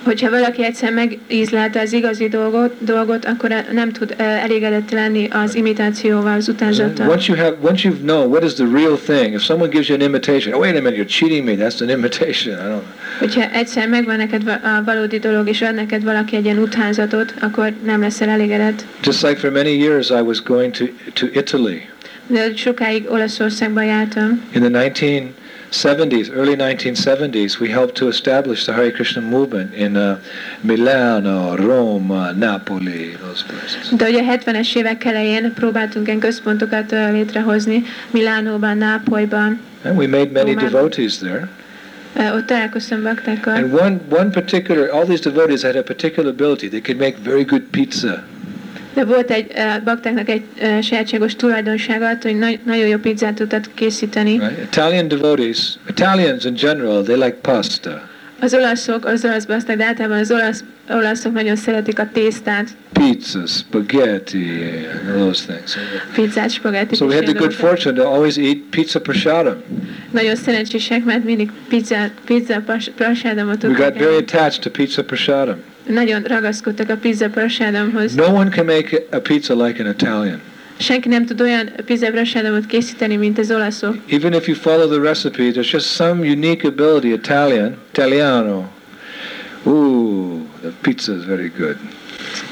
Speaker 2: Hogyha valaki egyszer megízlelte az igazi dolgot, dolgot akkor nem tud ö, elégedett lenni az imitációval, az utánzattal.
Speaker 1: Once you have, once you've known what is the real thing, if someone gives you an imitation, oh wait a minute, you're cheating me. That's an imitation. I don't.
Speaker 2: Hogyha egyszer megvan neked va- a valódi dolog, és ad neked valaki egy ilyen utánzatot, akkor nem leszel elégedett.
Speaker 1: Just like for many years, I was going to to Italy
Speaker 2: De sokáig Olaszországban jártam.
Speaker 1: in the 1970s, early 1970s. We helped to establish the Hare Krishna movement in uh, Milano, Roma, Napoli, those places.
Speaker 2: De ugye a 70-es évek elején próbáltunk ilyen központokat ö, létrehozni, Milánóban, Nápolyban.
Speaker 1: And we made many
Speaker 2: Romano.
Speaker 1: devotees there.
Speaker 2: Ö, Ott találkoztam baktákkal.
Speaker 1: And one one particular, all these devotees had a particular ability. They could make very good pizza.
Speaker 2: De volt egy ö, baktáknak egy ö, sajátságos tulajdonsága, attól, hogy nagy- nagyon jó pizzát tudtad készíteni.
Speaker 1: Right? Italian devotees, Italians in general, they like pasta,
Speaker 2: Az olaszok, az olasz bakták, de általában az olasz, olaszok nagyon szeretik a tésztát,
Speaker 1: pizza, spaghetti, and all those things.
Speaker 2: pizzát, spagettit.
Speaker 1: So we
Speaker 2: és
Speaker 1: had the
Speaker 2: ilyen
Speaker 1: good
Speaker 2: dolgokat.
Speaker 1: fortune to always eat pizza prashadam.
Speaker 2: Nagyon szerencsések, mert mindig pizza, pizza pas- prasádomot
Speaker 1: We got
Speaker 2: tudtak
Speaker 1: very
Speaker 2: enni.
Speaker 1: attached to pizza prashadam.
Speaker 2: Nagyon ragaszkodtak a pizza prasádomhoz.
Speaker 1: No one can make a pizza like an Italian.
Speaker 2: Senki nem tud olyan pizza prasádomot készíteni, mint az olaszok.
Speaker 1: Even if you follow the recipe, there's just some unique ability, Italian, Italiano. Ooh, the pizza is very good.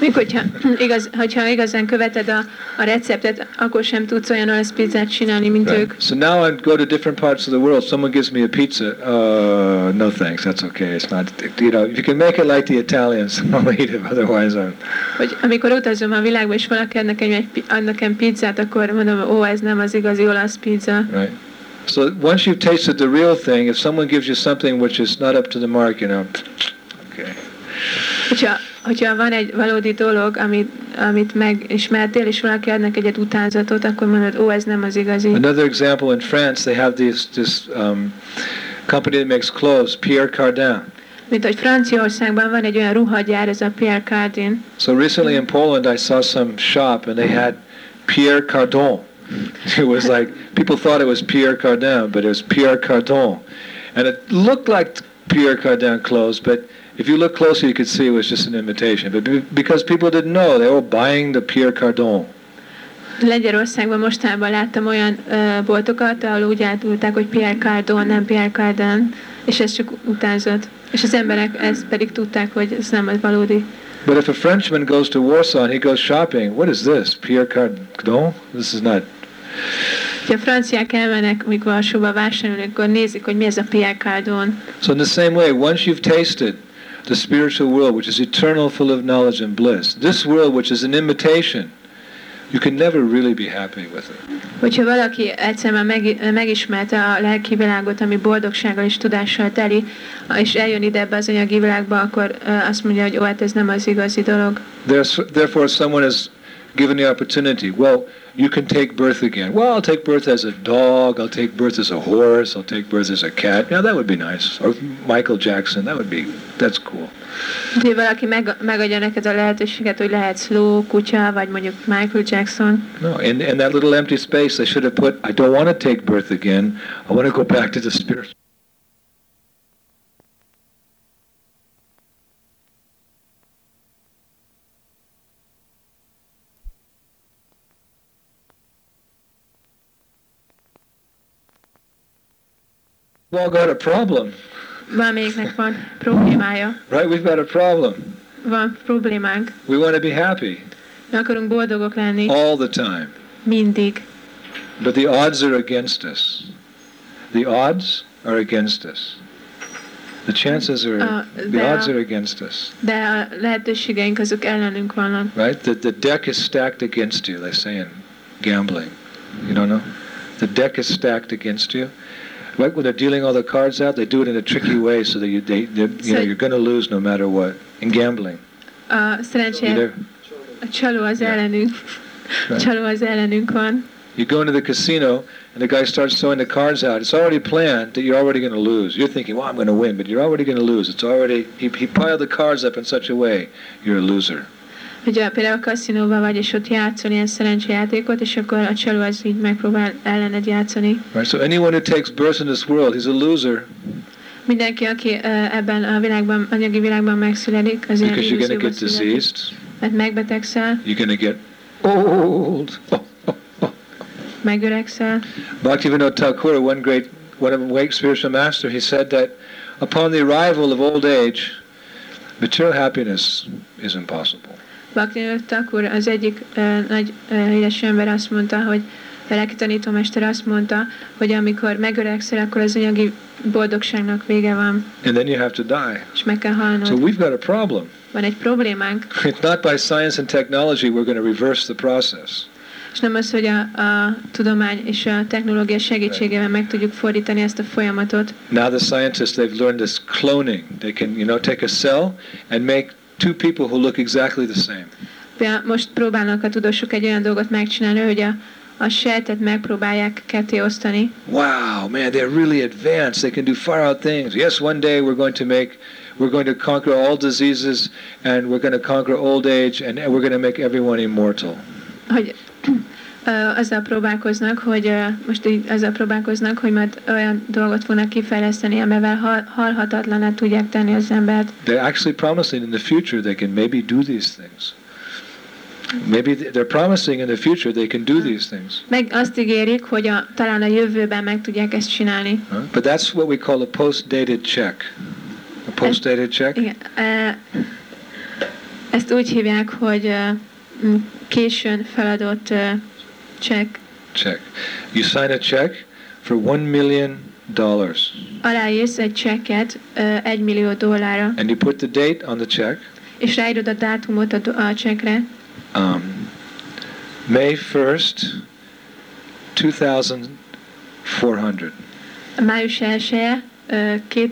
Speaker 2: Még hogyha, igaz, hogyha igazán követed a, a receptet, akkor sem tudsz olyan olasz pizzát csinálni, mint
Speaker 1: Right.
Speaker 2: ők.
Speaker 1: So now I go to different parts of the world. Someone gives me a pizza. Uh, no thanks. That's okay. It's not. You know, if you can make it like the Italians, I'll eat it. Otherwise, I'm.
Speaker 2: Hogy amikor utazom a világba, és valaki ad nekem, egy, pi- ad nekem pizzát, akkor mondom, ó, ez nem az igazi olasz pizza.
Speaker 1: Right. So once you've tasted the real thing, if someone gives you something which is not up to the mark, you know, okay.
Speaker 2: Hogyha, hogyha van egy valódi dolog, amit, amit megismertél, és valaki ad neked egy utánzatot, akkor mondod, ó, ez nem az igazi.
Speaker 1: Another example in France, they have this this um, company that makes clothes, Pierre Cardin.
Speaker 2: Mint hogy Franciaországban van egy olyan ruhagyár, ez a Pierre Cardin.
Speaker 1: So recently in Poland, I saw some shop and they had Pierre Cardon. It was like people thought it was Pierre Cardin, but it was Pierre Cardon, and it looked like Pierre Cardin clothes, but. If you look closer, you could see it was just an imitation. But be- because people didn't know, they were buying the Pierre Cardon.
Speaker 2: Lengyelországban mostában láttam olyan ö, boltokat, ahol úgy átulták, hogy Pierre Cardin, nem Pierre Cardin, és ez csak utánzott. És az emberek ezt pedig tudták, hogy ez nem az valódi.
Speaker 1: But if a Frenchman goes to Warsaw and he goes shopping, what is this? Pierre Cardon? This is not.
Speaker 2: Ha a franciák elmennek, még Varsóba vásárolni, akkor nézik, hogy mi ez a Pierre Cardin.
Speaker 1: So in the same way, once you've tasted the spiritual world, which is eternal, full of knowledge and bliss, this world, which is an imitation, you can never really be happy with it.
Speaker 2: Hogyha valaki egyszer már meg, megismerte a lelki világot, ami boldogsággal és tudással teli, és eljön ide ebbe az anyagi világba, akkor ö, azt mondja, hogy ó, hát ez nem az igazi dolog.
Speaker 1: There's, therefore, someone is given the opportunity. Well, you can take birth again. Well, I'll take birth as a dog. I'll take birth as a horse. I'll take birth as a cat. Yeah, that would be nice. Or Michael Jackson. That would be. That's cool.
Speaker 2: Úgyhogy valaki meg, megadja neked a lehetőséget, hogy lehetsz ló, kutya, vagy mondjuk Michael Jackson.
Speaker 1: No, in, in that little empty space, they should have put, I don't want to take birth again. I want to go back to the spirit. We've all got a problem,
Speaker 2: Valamelyiknek van problémája,
Speaker 1: right? We've got a problem.
Speaker 2: van problémánk.
Speaker 1: We want to be happy
Speaker 2: Mi akarunk boldogok lenni
Speaker 1: all the time,
Speaker 2: mindig.
Speaker 1: but the odds are against us. The odds are against us. The chances are,
Speaker 2: Uh,
Speaker 1: the
Speaker 2: there
Speaker 1: odds
Speaker 2: are-
Speaker 1: are against us,
Speaker 2: De a lehetőségeink azok ellenünk vannak.
Speaker 1: right? The, the deck is stacked against you, they say in gambling. You don't know? The deck is stacked against you. Right when they're dealing all the cards out, they do it in a tricky way so that you, they, they, you know,
Speaker 2: So-
Speaker 1: you're going to lose no matter what. In gambling,
Speaker 2: A
Speaker 1: you
Speaker 2: szerencsére
Speaker 1: know,
Speaker 2: a csaló az
Speaker 1: Yeah.
Speaker 2: ellenünk. A
Speaker 1: Right.
Speaker 2: csaló az ellenünk van.
Speaker 1: You go into the casino and the guy starts throwing the cards out. It's already planned that you're already going to lose. You're thinking, well, I'm going to win, but you're already going to lose. It's already, he, he piled the cards up in such a way, you're a loser.
Speaker 2: Hogy a, például a kaszinóban vagy, és ott játszol ilyen szerencsejátékot, és akkor a csaló az így megpróbál ellened játszani.
Speaker 1: Right? So anyone who takes birth in this world, he's a loser
Speaker 2: Mindenki, aki ö, ebben a világban, anyagi világban megszületik, az ilyen
Speaker 1: because you're going to
Speaker 2: illúzióba
Speaker 1: get
Speaker 2: születik.
Speaker 1: diseased.
Speaker 2: mert Hát megbetegszel,
Speaker 1: You're going to get old. Oh, oh, oh.
Speaker 2: megöregszel.
Speaker 1: Bhaktivinoda Thakur, one great, one of great spiritual master, he said that upon the arrival of old age, material happiness is impossible.
Speaker 2: Baknyolott akkor az egyik ö, nagy ö, híres ember azt mondta, hogy a lelki tanítómester azt mondta, hogy amikor megöregszel, akkor az anyagi boldogságnak vége van,
Speaker 1: And then you have to die.
Speaker 2: és meg kell
Speaker 1: So
Speaker 2: halnod.
Speaker 1: we've got a problem.
Speaker 2: Van egy problémánk,
Speaker 1: It's not by science and technology we're going to reverse the process.
Speaker 2: és nem az, hogy a, a tudomány és a technológia segítségével meg tudjuk fordítani ezt a folyamatot.
Speaker 1: Now the scientists they've learned this cloning. They can you know take a cell and make two people who look exactly the same.
Speaker 2: Például most próbálnak a tudósok egy olyan dolgot megcsinálni, hogy a, a sejtet megpróbálják ketté osztani,
Speaker 1: Wow, man, they're really advanced. They can do far out things. Yes, one day we're going to make we're going to conquer all diseases and we're going to conquer old age and we're going to make everyone immortal.
Speaker 2: hogy ö, azzal próbálkoznak, hogy ö, most így azzal próbálkoznak, hogy majd olyan dolgot fognak kifejleszteni, amivel hal, halhatatlaná tudják tenni az embert.
Speaker 1: They're actually promising in the future they can maybe do these things. Maybe th- they're promising in the future they can do these things.
Speaker 2: Meg azt ígérik, hogy a, talán a jövőben meg tudják ezt csinálni.
Speaker 1: Huh? But that's what we call a post-dated check. A post-dated check?
Speaker 2: Igen, e, Ezt úgy hívják, hogy ö, m, későn feladott ö, csekk.
Speaker 1: check. You sign a check for one million dollars,
Speaker 2: Aláírsz egy csekket ö, egy millió dollárra,
Speaker 1: and you put the date on the check,
Speaker 2: és ráírod a dátumot a, do- a csekkre.
Speaker 1: um, May first, two thousand four hundred,
Speaker 2: A május 1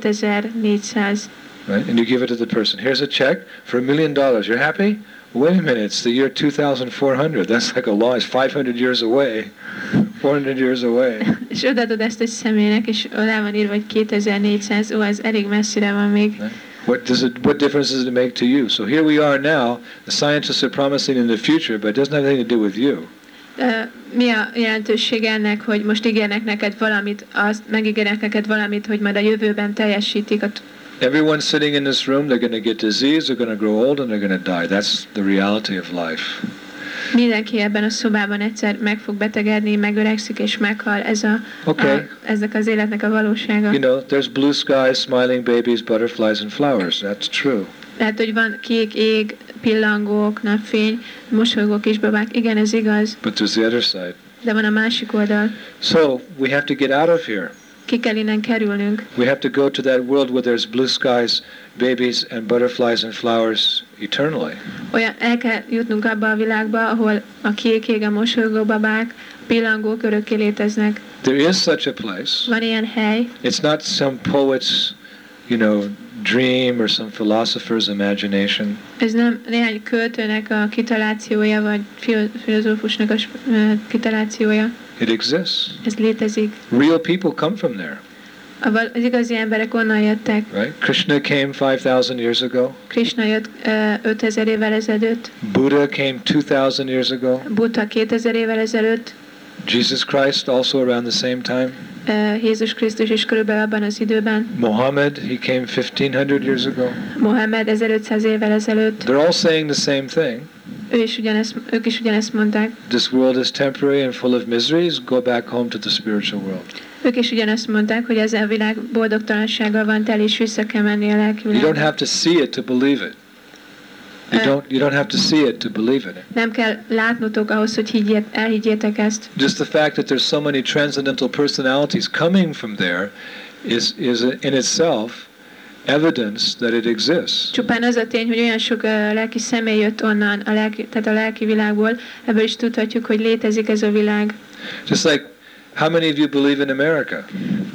Speaker 2: 2400.
Speaker 1: right? And you give it to the person. Here's a check for a million dollars. You're happy? Wait a minute, it's the year two thousand four hundred. That's like a long. It's five hundred years away, four hundred years away.
Speaker 2: És odaadod ezt egy személynek, és alá van írva, hogy 2400, ó, ez elég messzire van még.
Speaker 1: What does it? What difference does it make to you? So here we are now. The scientists are promising in the future, but it doesn't have anything to do with you.
Speaker 2: Ö, Mi a jelentőség ennek, hogy most ígérnek neked valamit, azt megígérnek neked valamit, hogy majd a jövőben teljesítik a t-
Speaker 1: Everyone sitting in this room, they're going to get disease, they're going to grow old, and they're going to die. That's the reality of life.
Speaker 2: Mindenki ebben a szobában egyszer meg fog betegedni, megöregszik és meghal. Ez a,
Speaker 1: Okay.
Speaker 2: a, ezek az életnek a valósága.
Speaker 1: You know, there's blue skies, smiling babies, butterflies, and flowers. That's true.
Speaker 2: Lehet, hogy van kék ég, pillangók, napfény, mosolygó kisbabák. Igen, ez igaz,
Speaker 1: But there's the other side.
Speaker 2: de van a másik oldal.
Speaker 1: So we have to get out of here.
Speaker 2: Ki kell innen kerülnünk.
Speaker 1: We have to go to that world where there's blue skies, babies, and butterflies and flowers eternally.
Speaker 2: Olyan el kell jutnunk abba a világba, ahol a kék ég, a mosolygó babák, pillangók örökké léteznek.
Speaker 1: There is such a place.
Speaker 2: Van ilyen hely,
Speaker 1: It's not some poet's, you know, dream or some philosopher's imagination.
Speaker 2: ez nem néhány költőnek a kitalációja, vagy filo- filozófusnak a sp- ö, kitalációja.
Speaker 1: It exists.
Speaker 2: Ez létezik.
Speaker 1: Real people come from there.
Speaker 2: A val- Az igazi emberek onnan jöttek.
Speaker 1: Right? Krishna came 5,000 years ago.
Speaker 2: Krishna jött ö, 5000 évvel ezelőtt,
Speaker 1: Buddha came 2,000 years ago.
Speaker 2: Buddha 2000 évvel ezelőtt,
Speaker 1: Jesus Christ also around the same time.
Speaker 2: ö, Jézus Krisztus is körülbelül abban az időben,
Speaker 1: Mohammed, he came 1,500 years ago.
Speaker 2: Mohamed 1500 évvel ezelőtt.
Speaker 1: They're all saying the same thing.
Speaker 2: Ő is ugyanezt, ők is ugyanezt mondták.
Speaker 1: This world is temporary and full of miseries. Go back home to the spiritual world.
Speaker 2: Ők is ugyanezt mondták, hogy ez a világ boldogtalansággal van teli, és vissza kell menni a lelki
Speaker 1: You don't
Speaker 2: világba.
Speaker 1: have to see it to believe it. You
Speaker 2: Uh,
Speaker 1: don't, you don't have to see it to believe it.
Speaker 2: Nem kell látnotok ahhoz, hogy higgyet, elhiggyétek ezt.
Speaker 1: Just the fact that there's so many transcendental personalities coming from there is, is in itself evidence that it exists.
Speaker 2: Csupán az a tény, hogy olyan sok ö, lelki személy jött onnan, a lelki, tehát a lelki világból, ebből is tudhatjuk, hogy létezik ez a világ.
Speaker 1: Just like, how many of you believe in America?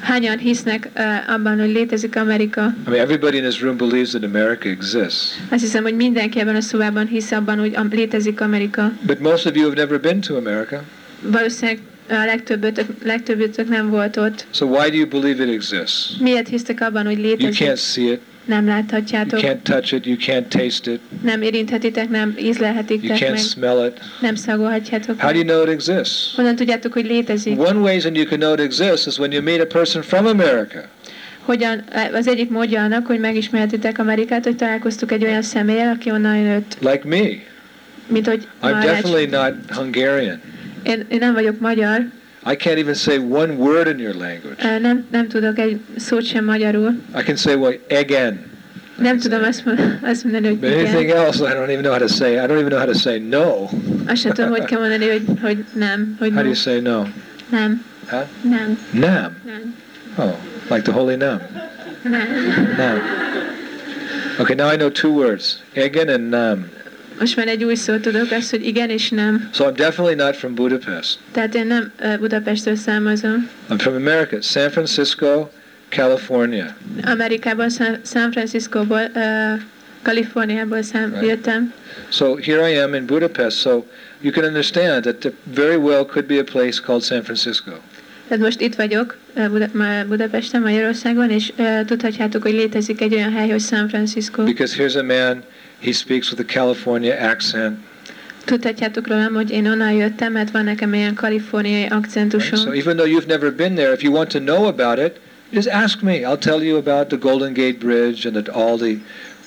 Speaker 2: Hányan hisznek ö, abban, hogy létezik Amerika?
Speaker 1: I mean, everybody in this room believes that America exists.
Speaker 2: Azt hiszem, hogy mindenki ebben a szobában hisz abban, hogy am- létezik Amerika.
Speaker 1: But most of you have never been to America,
Speaker 2: Valószínűleg a legtöbbötök, legtöbbötök nem volt ott.
Speaker 1: so why do you believe it exists?
Speaker 2: Miért hisztek abban, hogy
Speaker 1: You
Speaker 2: létezik?
Speaker 1: can't see it,
Speaker 2: Nem
Speaker 1: you
Speaker 2: láthatjátok,
Speaker 1: can't touch it, you can't taste it,
Speaker 2: nem érinthetitek, nem
Speaker 1: you
Speaker 2: ízlelhetitek
Speaker 1: can't
Speaker 2: meg,
Speaker 1: smell it.
Speaker 2: nem szagolhatjátok
Speaker 1: How do you
Speaker 2: meg.
Speaker 1: know it exists?
Speaker 2: Honnan tudjátok, hogy létezik?
Speaker 1: One reason you can know it exists is when you meet a person from America.
Speaker 2: Hogyan, az egyik módja annak, hogy megismerhetitek Amerikát, hogy találkoztuk egy olyan személlyel, aki onnan jött,
Speaker 1: Like me,
Speaker 2: mint hogy
Speaker 1: I'm
Speaker 2: Mahács.
Speaker 1: definitely not Hungarian.
Speaker 2: én, én nem vagyok magyar,
Speaker 1: I can't even say one word in your language.
Speaker 2: ö, nem, nem tudok egy szót sem magyarul.
Speaker 1: I can say, well, again.
Speaker 2: Nem tudom azt, mo- azt mondani, hogy
Speaker 1: But anything
Speaker 2: igen.
Speaker 1: else, I don't even know how to say. I don't even know how to say no.
Speaker 2: Azt sem tudom, hogy kell mondani, hogy, hogy nem, hogy
Speaker 1: How do
Speaker 2: no.
Speaker 1: you say no?
Speaker 2: nem,
Speaker 1: Huh?
Speaker 2: nem,
Speaker 1: Nam.
Speaker 2: nem,
Speaker 1: Oh, like the holy Nam.
Speaker 2: nem.
Speaker 1: Nam. Okay, now I know two words, Egen and Nam.
Speaker 2: Most már egy új szót tudok, az, hogy igen és nem.
Speaker 1: So I'm definitely not from Budapest.
Speaker 2: Tehát én nem ö, Budapestről származom.
Speaker 1: I'm from America, San Francisco, California.
Speaker 2: Amerikában, San- San Franciscoból, ö, Kaliforniából szám,
Speaker 1: Right.
Speaker 2: jöttem.
Speaker 1: So here I am in Budapest. So you can understand that there very well could be a place called San Francisco.
Speaker 2: Tehát most itt vagyok, ö, Buda- Ma- Budapesten, Magyarországon, és ö, tudhatjátok, hogy létezik egy olyan hely, hogy San Francisco.
Speaker 1: Because here's a man, he speaks with a California accent.
Speaker 2: Tudhatjátok rólam, hogy én onnan jöttem, mert van nekem ilyen kaliforniai
Speaker 1: Right? So
Speaker 2: akcentusom.
Speaker 1: even though you've never been there, if you want to know about it, just ask me. I'll tell you about the Golden Gate Bridge and the, all the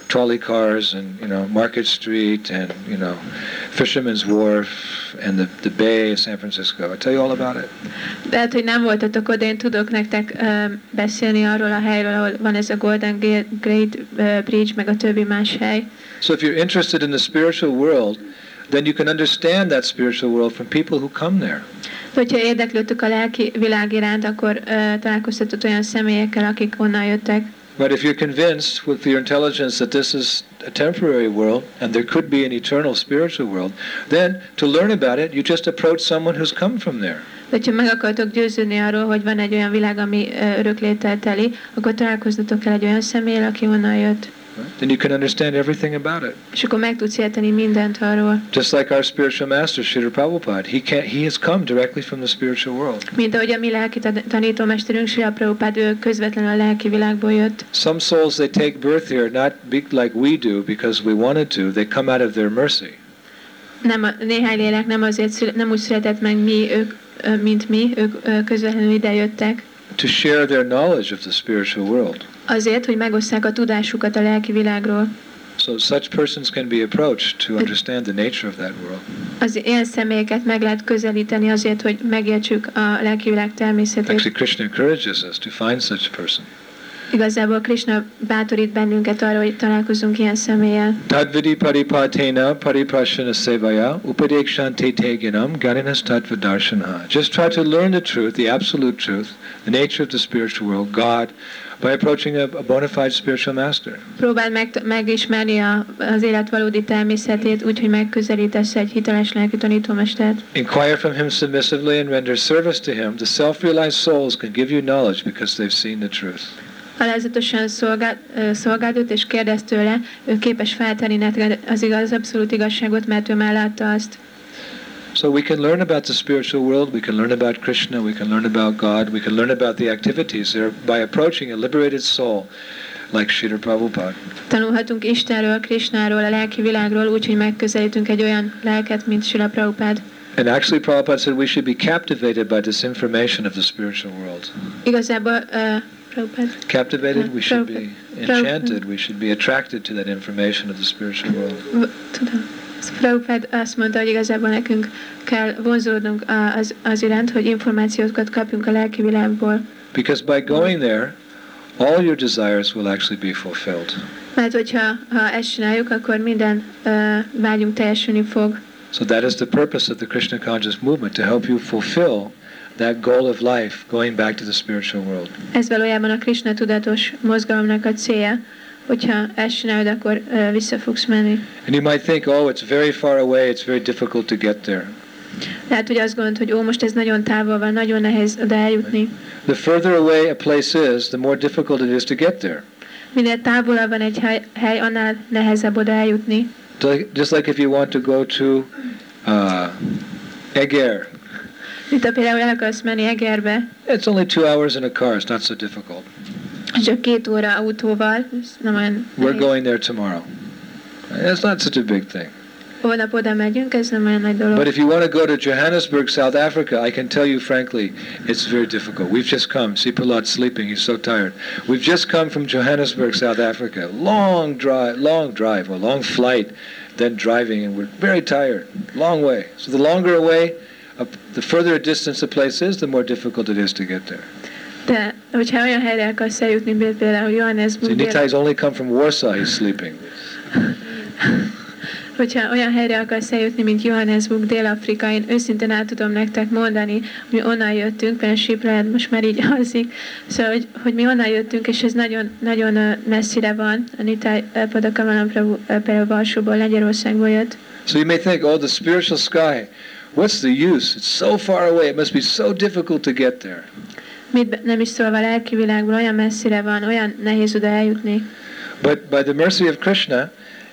Speaker 1: trolley cars and you know Market Street and you know Fisherman's Wharf and the, the Bay of San Francisco. I tell you all about it.
Speaker 2: Lehet, hogy nem voltatok oda, én tudok nektek ö, beszélni arról a helyről, ahol van ez a Golden Gate Great ö, Bridge, meg a többi más hely.
Speaker 1: So if you're interested in the spiritual world, then you can understand that spiritual world from people who come there.
Speaker 2: Hogyha érdeklődtök a lelki világ iránt, akkor ö, találkoztatott olyan személyekkel, akik onnan jöttek.
Speaker 1: But if you're convinced with your intelligence that this is a temporary world and there could be an eternal spiritual world, then to learn about it, you just approach someone who's come from there.
Speaker 2: De ha meg akartok győződni arról, hogy van egy olyan világ, ami ö, örökléttel teli, akkor találkoztatok el egy olyan személyel, aki onnan jött.
Speaker 1: Then you can understand everything about it.
Speaker 2: És akkor meg tudsz érteni mindent arról.
Speaker 1: Just like our spiritual master, Srila Prabhupada, he, can he has come directly from the spiritual world.
Speaker 2: Mint ahogy a mi lelki tan- tanítómesterünk, Sila Prabhupád, ő közvetlenül a lelki világból jött.
Speaker 1: Some souls, they take birth here, not be like we do because we wanted to. They come out of their mercy.
Speaker 2: Nem, a- néhány lélek nem, azért, szüle- nem úgy született meg mi, ők, ö, mint mi, ők ö, közvetlenül ide jöttek.
Speaker 1: to share their knowledge of the spiritual world.
Speaker 2: Azért, hogy megosszák a tudásukat a lelki világról.
Speaker 1: So such persons can be approached to understand the nature of that world.
Speaker 2: Az ilyen személyeket meg lehet közelíteni azért, hogy megértsük a lelki világ természetét.
Speaker 1: Actually, Krishna encourages us to find such a person.
Speaker 2: Igazából Krishna bátorít bennünket arra, hogy találkozunk ilyen személlyel.
Speaker 1: Tadvidi paripatena pariprashana sevaya upadekshanti teginam ganinas tattva darshanah. Just try to learn the truth, the absolute truth, the nature of the spiritual world, God, by approaching a, a bona fide spiritual master.
Speaker 2: Próbáld meg, megismerni a, az élet valódi természetét, úgyhogy megközelítesz egy hiteles lelki tanítómestert.
Speaker 1: Inquire from him submissively and render service to him. The self-realized souls can give you knowledge because they've seen the truth.
Speaker 2: Alázatosan szolgál, ö, szolgáld őt, és kérdezz tőle, ő képes feltenni neked az igaz, abszolút igazságot, mert ő már látta azt.
Speaker 1: So we can learn about the spiritual world, we can learn about Krishna, we can learn about God, we can learn about the activities there by approaching a liberated soul like Srila Prabhupada.
Speaker 2: Tanulhatunk Istenről, Krisnáról, a lelki világról, úgyhogy megközelítünk egy olyan lelket, mint Sila Prabhupád.
Speaker 1: And actually Prabhupada said we should be captivated by this information of the spiritual world.
Speaker 2: Igazából uh, Prabhupád.
Speaker 1: Captivated, we should be enchanted, we should be attracted to that information of the spiritual world.
Speaker 2: V- Tudom. Prabhupád azt mondta, hogy igazából nekünk kell vonzódnunk a- az, az iránt, hogy információkat kapjunk a lelki világból.
Speaker 1: Because by going there, all your desires will actually be fulfilled.
Speaker 2: Mert hogyha ha ezt csináljuk, akkor minden uh, vágyunk teljesülni fog.
Speaker 1: So that is the purpose of the Krishna conscious movement to help you fulfill that goal of life, going back to the spiritual world.
Speaker 2: Ez valójában a Krishna tudatos mozgalomnak a célja. Hogyha ezt csinálod, akkor uh, vissza fogsz menni.
Speaker 1: And you might think, oh, it's very far away, it's very difficult to get there.
Speaker 2: Lehet, hogy azt gondolod, hogy ó, most ez nagyon távol van, nagyon nehéz oda eljutni.
Speaker 1: The further away a place is, the more difficult it is to get there.
Speaker 2: Minél távolabb van egy hely, hely annál nehezebb oda eljutni.
Speaker 1: Ju- Just like if you want to go to uh, Eger,
Speaker 2: Mint ha például el akarsz menni Egerbe,
Speaker 1: it's only two hours in a car, it's not so difficult.
Speaker 2: csak két óra autóval, ez nem olyan
Speaker 1: We're
Speaker 2: nehéz.
Speaker 1: going there tomorrow. It's not such a big thing.
Speaker 2: Holnap oda megyünk, ez nem olyan nagy dolog.
Speaker 1: But if you want to go to Johannesburg, South Africa, I can tell you frankly, it's very difficult. We've just come. Sipalot's sleeping. He's so tired. We've just come from Johannesburg, South Africa. Long drive, long drive, or long flight, then driving, and we're very tired. Long way. So the longer away, uh, the further a distance a place is, the more difficult it is to get there.
Speaker 2: De hogyha olyan helyre akarsz eljutni, mint például
Speaker 1: See,
Speaker 2: Johannesburg,
Speaker 1: Nitai's only come from Warsaw. He's sleeping.
Speaker 2: Hogyha olyan helyre akarsz eljutni, mint Johannesburg, Dél-Afrika, én őszintén el tudom nektek mondani, mi onnan jöttünk, például Siprád most már így alszik, szóval, hogy, hogy mi onnan jöttünk, és ez nagyon, nagyon ö, messzire van, a Nitai Padakamalam például Varsóból, Lengyelországból jött.
Speaker 1: So you may think, oh, the spiritual sky. What's the use? It's so far away. It must be so difficult to get there.
Speaker 2: Mit be- nem is szólva a lelki világból, olyan messzire van, olyan nehéz oda eljutni.
Speaker 1: But by the mercy of Krishna,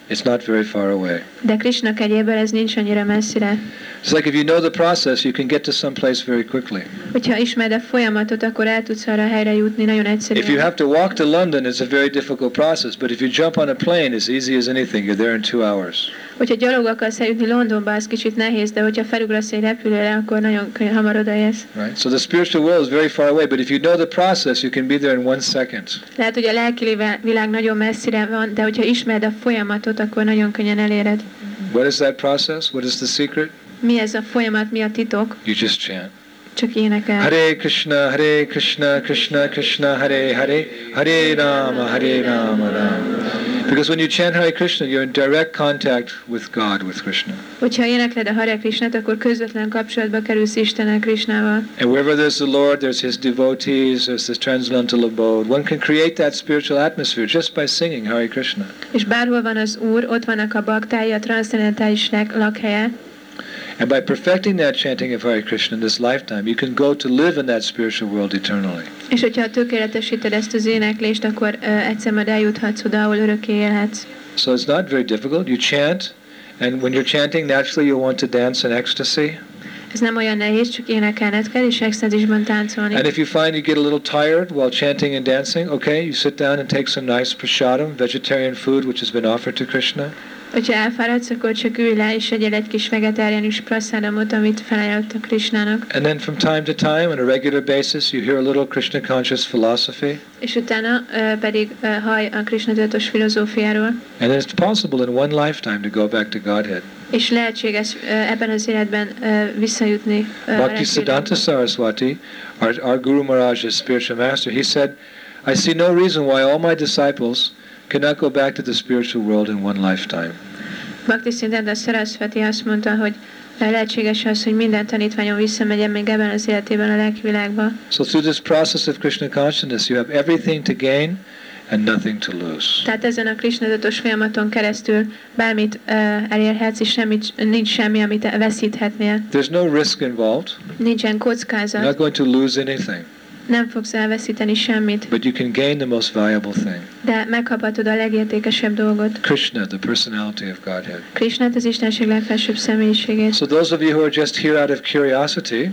Speaker 1: it's not very far away.
Speaker 2: De Krishna kegyéből ez nincs annyira messzire.
Speaker 1: It's like if you know the process, you can get to some place very quickly.
Speaker 2: Hogyha ismered a folyamatot, akkor el tudsz arra a helyre jutni nagyon
Speaker 1: If you
Speaker 2: egyszerűen.
Speaker 1: have to walk to London, it's a very difficult process, but if you jump on a plane, it's easy as anything. You're there in two hours.
Speaker 2: Hogyha gyalog akarsz eljutni Londonba, az kicsit nehéz, de hogyha felugrasz egy repülőre, akkor nagyon könnyen hamar odaérsz.
Speaker 1: Right? So the spiritual world is very far away, but if you know the process, you can be there in one second.
Speaker 2: Lehet, hogy a lelki léve- világ nagyon messzire van, de hogyha ismered a folyamatot, akkor nagyon könnyen eléred.
Speaker 1: What is that process? What is the secret?
Speaker 2: Mi ez a folyamat, mi a titok?
Speaker 1: You just chant.
Speaker 2: Csak énekel.
Speaker 1: Hare Krishna, Hare Krishna, Krishna Krishna, Hare Hare, Hare Rama, Hare Rama, Rama. Because when you chant Hare Krishna, you're in direct contact with God, with Krishna.
Speaker 2: Hogyha énekled a Hare Krishnát, akkor közvetlen kapcsolatba kerülsz Istennel Krishnával.
Speaker 1: And wherever there's the Lord, there's his devotees, there's this transcendental abode. One can create that spiritual atmosphere just by singing Hare Krishna.
Speaker 2: És bárhol van az Úr, ott vannak a baktái, a transzcendentális lak- lakhelye,
Speaker 1: And by perfecting that chanting of Hare Krishna in this lifetime, you can go to live in that spiritual world eternally.
Speaker 2: és hogyha tökéletesíted ezt az éneklést, akkor ö, egyszer majd eljuthatsz oda, ahol örökké élhetsz.
Speaker 1: So it's not very difficult. You chant, and when you're chanting, naturally you'll want to dance in ecstasy.
Speaker 2: Ez nem olyan nehéz, csak énekelned kell, és extázisban táncolni.
Speaker 1: And if you find you get a little tired while chanting and dancing, okay, you sit down and take some nice prasadam, vegetarian food which has been offered to Krishna.
Speaker 2: Hogyha elfáradsz, akkor csak ülj le, és egyél egy kis vegetáriánus prasszádamot, amit felajánlott a Krisnának.
Speaker 1: And then from time to time, on a regular basis, you hear a little Krishna conscious philosophy.
Speaker 2: És utána ö, pedig ö, haj a Krishna tudatos filozófiáról.
Speaker 1: And it's possible in one lifetime to go back to Godhead.
Speaker 2: És lehetséges ö, ebben az életben ö, visszajutni. ö, a
Speaker 1: Bhakti
Speaker 2: legvilágba.
Speaker 1: Siddhanta Saraswati, our, our Guru Maharaj's spiritual master, he said, I see no reason why all my disciples cannot go back to the spiritual world in one lifetime.
Speaker 2: Bhakti Siddhanta Sarasvati azt mondta, hogy ö, lehetséges az, hogy minden tanítványon visszamegyen még ebben az életében a lelkivilágba.
Speaker 1: So through this process of Krishna consciousness, you have everything to gain and nothing to lose.
Speaker 2: Tehát ezen a Krishna tudatos folyamaton keresztül bármit ö, elérhetsz, és semmit, nincs semmi, amit veszíthetnél.
Speaker 1: There's no risk involved.
Speaker 2: Nincsen
Speaker 1: You're
Speaker 2: kockázat,
Speaker 1: not going to lose anything,
Speaker 2: nem fogsz elveszíteni semmit,
Speaker 1: but you can gain the most valuable thing.
Speaker 2: de megkaphatod a legértékesebb dolgot.
Speaker 1: Krishna, the personality of Godhead.
Speaker 2: Krishnát, az Istenség legfelsőbb személyiségét.
Speaker 1: So those of you who are just here out of curiosity,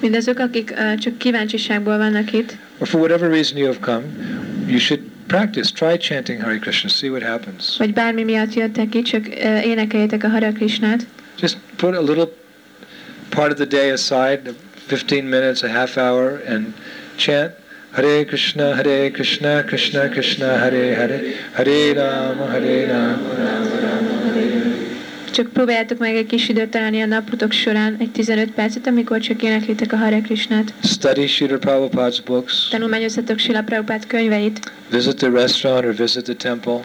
Speaker 2: Mindazok, akik ö, csak kíváncsiságból vannak itt,
Speaker 1: or for whatever reason you have come, you should practice. Try chanting Hare Krishna. See what happens.
Speaker 2: vagy bármi miatt jöttek itt, csak ö, énekeljétek a Hare Krishnát.
Speaker 1: Just put a little part of the day aside, 15 minutes, a half hour, and chant Hare Krishna, Hare Krishna, Krishna Krishna, Hare Hare, Hare Rama, Hare Rama.
Speaker 2: Csak próbáljátok meg egy kis időt találni a napotok során, egy 15 percet, amikor csak éneklitek a Hare Krishnát.
Speaker 1: Study Srila Prabhupada's books.
Speaker 2: Tanulmányozzatok Sila Prabhupát könyveit,
Speaker 1: Visit the restaurant or visit the temple.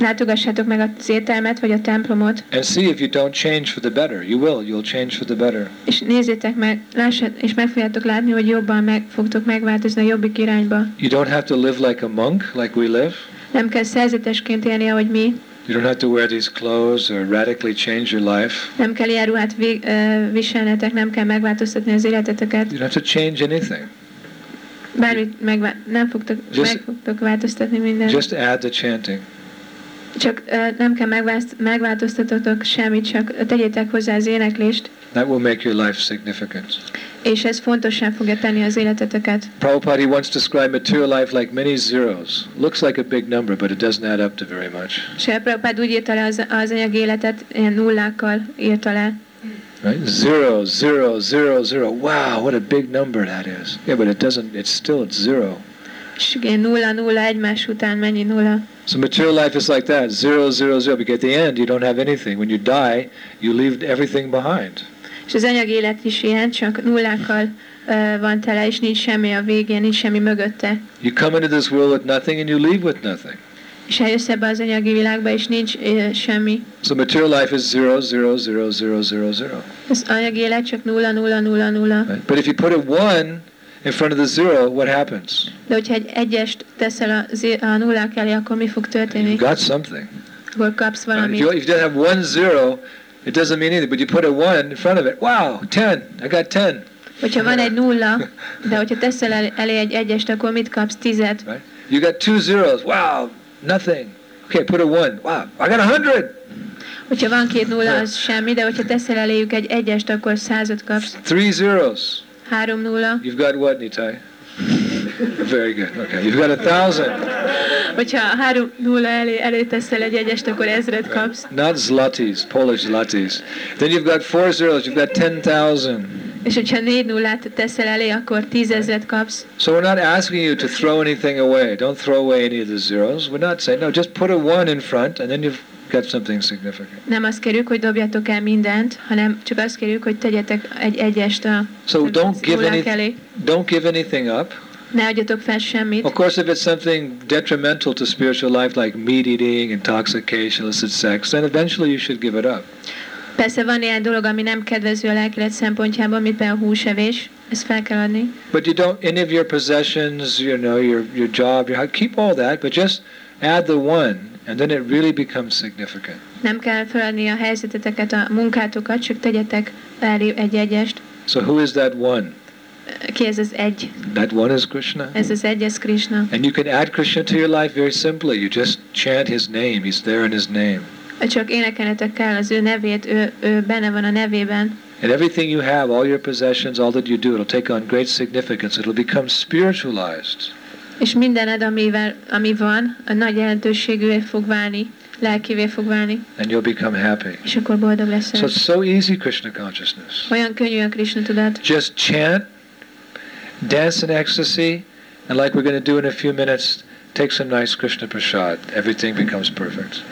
Speaker 2: látogassátok meg az ételmet vagy a templomot,
Speaker 1: And see if you don't change for the better. You will. You'll change for the better.
Speaker 2: és nézzétek meg, lássát, és meg fogjátok látni, hogy jobban meg fogtok megváltozni a jobbik irányba.
Speaker 1: You don't have to live like a monk, like we live.
Speaker 2: Nem kell szerzetesként élni, ahogy mi,
Speaker 1: You don't have to wear these clothes or radically change your life.
Speaker 2: nem kell ilyen ruhát vég, ö, viselnetek, nem kell megváltoztatni az életeteket,
Speaker 1: You don't have to change anything.
Speaker 2: bármit megvá- nem fogtok,
Speaker 1: Just-
Speaker 2: meg fogtok változtatni mindent.
Speaker 1: Just add the chanting.
Speaker 2: Csak ö, nem kell megvázt- megváltoztatotok semmit, csak tegyétek hozzá az éneklést,
Speaker 1: That will make your life significant.
Speaker 2: és ez fontosan fogja tenni az életeteket.
Speaker 1: Prabhupada he once described material life like many zeros. Looks like a big number, but it doesn't add up to very much.
Speaker 2: Serprapád úgy írta le az, az anyagi életet, ilyen nullákkal írta le.
Speaker 1: Right? Zero, zero, zero, zero. Wow, what a big number that is. Yeah, but it doesn't, it's still at zero.
Speaker 2: És igen, nulla, nulla, egymás után mennyi nulla.
Speaker 1: So material life is like that, zero, zero, zero. Because at the end, you don't have anything. When you die, you leave everything behind.
Speaker 2: És az anyagi élet is ilyen, csak nullákkal ö, van tele, és nincs semmi a végén, nincs semmi mögötte.
Speaker 1: You come into this world with nothing and you leave with nothing.
Speaker 2: És eljössz ebbe az anyagi világba, és nincs ö, semmi.
Speaker 1: So material life is zero, zero, zero, zero, zero, zero.
Speaker 2: Az anyagi élet csak nulla, nulla, nulla, nulla.
Speaker 1: Right? But if you put a one in front of the zero, what happens?
Speaker 2: De hogyha egy egyest teszel a, zi- a nullák elé, akkor mi fog történni?
Speaker 1: You got something.
Speaker 2: Akkor kapsz
Speaker 1: Right? If,
Speaker 2: valamit.
Speaker 1: you, if you don't have one zero, it doesn't mean anything. But you put a one in front of it. Wow, ten. I got ten.
Speaker 2: Hogyha van egy nulla, de hogyha teszel el- elé egy egyest, akkor mit kapsz? Tizet.
Speaker 1: Right? You got two zeros. Wow, nothing. Okay, put a one. Wow, I got a hundred.
Speaker 2: Hogyha van két nulla, az semmi, de hogyha teszel eléjük egy egyest, akkor százat kapsz.
Speaker 1: Three zeros.
Speaker 2: 3-0.
Speaker 1: You've got what, Nitai? Very good. Okay. You've got a thousand.
Speaker 2: Hogyha a 3-0 elé, elé teszel egy egyest, akkor ezret kapsz.
Speaker 1: Not zlotys, Polish zlotys. Then you've got four zeros. You've got 10,000.
Speaker 2: És hogyha 4 0 teszel elé, akkor 10 ezret kapsz.
Speaker 1: So we're not asking you to throw anything away. Don't throw away any of the zeros. We're not saying, no, just put a one in front and then you've got something significant.
Speaker 2: Nem azt kérjük, hogy dobjatok el mindent, hanem csak azt kérjük, hogy tegyetek egy egyest a
Speaker 1: So don't give,
Speaker 2: nullák
Speaker 1: any,
Speaker 2: elé.
Speaker 1: don't give anything up.
Speaker 2: Ne adjatok fel semmit.
Speaker 1: Of course, if it's something detrimental to spiritual life, like meat eating, intoxication, illicit sex, then eventually you should give it up.
Speaker 2: Persze van ilyen dolog, ami nem kedvező a lelkilet szempontjából, mint például a húsevés. Ezt fel kell adni.
Speaker 1: But you don't any of your possessions, you know, your your job, your keep all that, but just add the one, and then it really becomes significant.
Speaker 2: Nem kell feladni a helyzeteteket, a munkátokat, csak tegyetek elé egy egyest.
Speaker 1: So who is that one?
Speaker 2: Ki ez az egy?
Speaker 1: That one is Krishna.
Speaker 2: Ez az egy, ez Krishna.
Speaker 1: And you can add Krishna to your life very simply. You just chant his name. He's there in his name.
Speaker 2: Csak énekelnetek kell az ő nevét, ő, ő benne van a nevében.
Speaker 1: And everything you have, all your possessions, all that you do, it'll take on great significance. It'll become spiritualized.
Speaker 2: És mindened, amivel, ami van, a nagy jelentőségűvé fog válni, lelkivé fog válni,
Speaker 1: And you'll become happy.
Speaker 2: és akkor boldog
Speaker 1: So
Speaker 2: leszel.
Speaker 1: it's so easy, Krishna consciousness.
Speaker 2: Olyan könnyű a Krishna tudat.
Speaker 1: just chant, dance in ecstasy, and like we're going to do in a few minutes, take some nice Krishna prasad. Everything becomes perfect.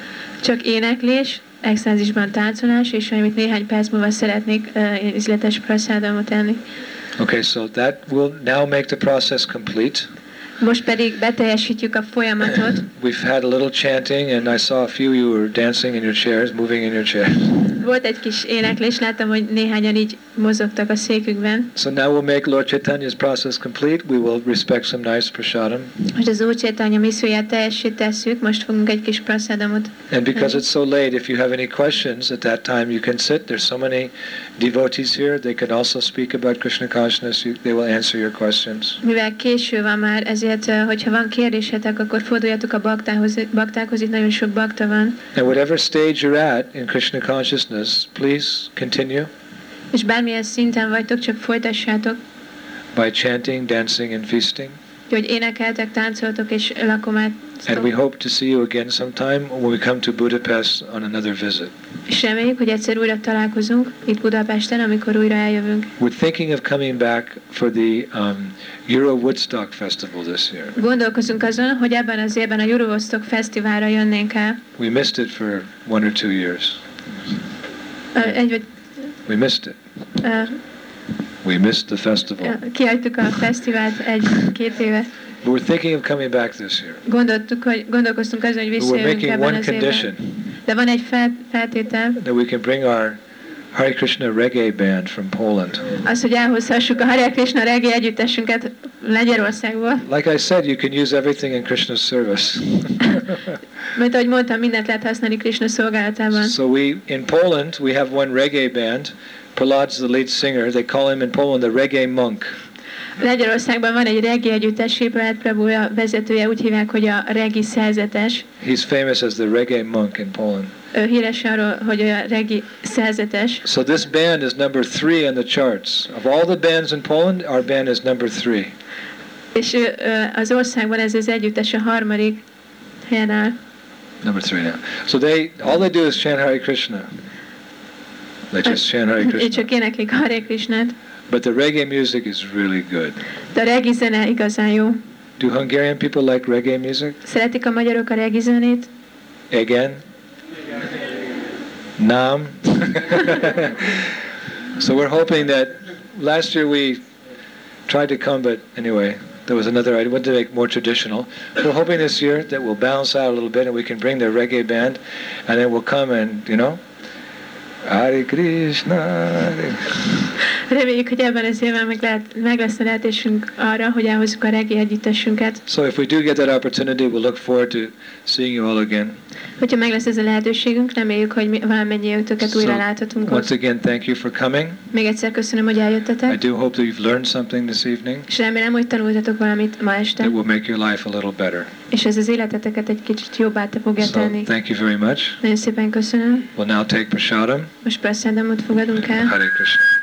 Speaker 2: Csak éneklés, extázisban táncolás, és amit néhány perc múlva szeretnék uh, üzletes praszádomot enni.
Speaker 1: Okay, so that will now make the process complete.
Speaker 2: Most pedig beteljesítjük a folyamatot.
Speaker 1: We've had a little chanting, and I saw a few of you were dancing in your chairs, moving in your chairs.
Speaker 2: Volt egy kis éneklés, láttam, hogy néhányan így mozogtak a székükben.
Speaker 1: So now we'll make Lord Chaitanya's process complete. We will respect some nice prasadam.
Speaker 2: Most az Úr Csétanya misszóját teljesít tesszük, most fogunk egy kis praszádomot
Speaker 1: And because it's so late, if you have any questions at that time, you can sit. There's so many devotees here. They can also speak about Krishna consciousness. You, they will answer your questions.
Speaker 2: Mivel késő van már, ezért, eh, hogyha van kérdésetek, akkor forduljatok a baktához, baktákhoz, itt nagyon sok bakta van.
Speaker 1: And whatever stage you're at in Krishna consciousness, please continue
Speaker 2: És bármilyen szinten vagytok, csak folytassátok,
Speaker 1: by chanting, dancing, and feasting.
Speaker 2: hogy énekeltek, táncoltok és
Speaker 1: And we
Speaker 2: lakomáztok.
Speaker 1: hope to see you again sometime when we come to Budapest on another visit.
Speaker 2: És reméljük, hogy egyszer újra találkozunk itt Budapesten, amikor újra eljövünk.
Speaker 1: We're thinking of coming back for the um, Euro Woodstock Festival this year.
Speaker 2: Gondolkozunk azon, hogy ebben az évben a Eurovostok Fesztiválra jönnénk el.
Speaker 1: We missed it for one or two years.
Speaker 2: Ö, Egy vagy
Speaker 1: We missed it.
Speaker 2: ö,
Speaker 1: We missed the festival.
Speaker 2: ö, kihagytuk a fesztivált egy-két éve.
Speaker 1: But we're thinking of coming back this year.
Speaker 2: Gondoltuk, hogy gondolkoztunk azon, hogy
Speaker 1: But we're
Speaker 2: visszajövünk
Speaker 1: making
Speaker 2: ebben
Speaker 1: one
Speaker 2: az évben.
Speaker 1: condition
Speaker 2: De van egy fel, feltétel,
Speaker 1: that we can bring our Hare Krishna reggae band from Poland.
Speaker 2: Az, hogy elhozhassuk a Hare Krishna reggae együttesünket Lengyelországból.
Speaker 1: Like I said, you can use everything in Krishna's service.
Speaker 2: Mert ahogy mondtam, mindent lehet használni Krishna szolgálatában.
Speaker 1: so we in Poland we have one reggae band. Prahlad's the lead singer. They call him in Poland the reggae monk.
Speaker 2: Lengyelországban van egy reggae együttes, Prabhat Prabhu a vezetője, úgy hívják, hogy a regi szerzetes.
Speaker 1: He's famous as the reggae monk in Poland.
Speaker 2: Ő híres arról, hogy ő a regi szerzetes.
Speaker 1: So this band is number three on the charts. Of all the bands in Poland, our band is number three.
Speaker 2: És ő, ö, az országban ez az együttes a harmadik helyen áll.
Speaker 1: Number three now. So they all they do is chant Hare Krishna. They just chant Hare
Speaker 2: Ő
Speaker 1: Krishna.
Speaker 2: csak éneklik Hare Krishnát.
Speaker 1: But the reggae music is really good.
Speaker 2: De a regi zene igazán jó.
Speaker 1: Do Hungarian people like reggae music?
Speaker 2: Szeretik a magyarok a regi zenét?
Speaker 1: Again? Nam? so we're hoping that last year we tried to come, but anyway, there was another idea. We wanted to make more traditional. We're hoping this year that we'll balance out a little bit and we can bring the reggae band and then we'll come and, you know, Hare Krishna. Hare-
Speaker 2: Reméljük, hogy ebben az évben meg, lehet, meg lesz a lehetősünk arra, hogy elhozzuk a regi együttesünket.
Speaker 1: So if we do get that opportunity, we'll look forward to seeing you all again.
Speaker 2: Hogyha meg lesz ez a lehetőségünk, reméljük, hogy mi, valamennyi őtöket újra láthatunk
Speaker 1: once
Speaker 2: ott.
Speaker 1: again, thank you for coming.
Speaker 2: Még egyszer köszönöm, hogy
Speaker 1: I
Speaker 2: eljöttetek,
Speaker 1: do hope that you've learned something this evening
Speaker 2: és remélem, hogy tanultatok valamit ma este,
Speaker 1: that will make your life a little better.
Speaker 2: és ez az életeteket egy kicsit jobbá te fogja
Speaker 1: So
Speaker 2: tenni.
Speaker 1: thank you very much.
Speaker 2: Nagyon szépen köszönöm.
Speaker 1: We'll now take prasadam.
Speaker 2: Most persze, fogadunk el.
Speaker 1: Hare Krishna.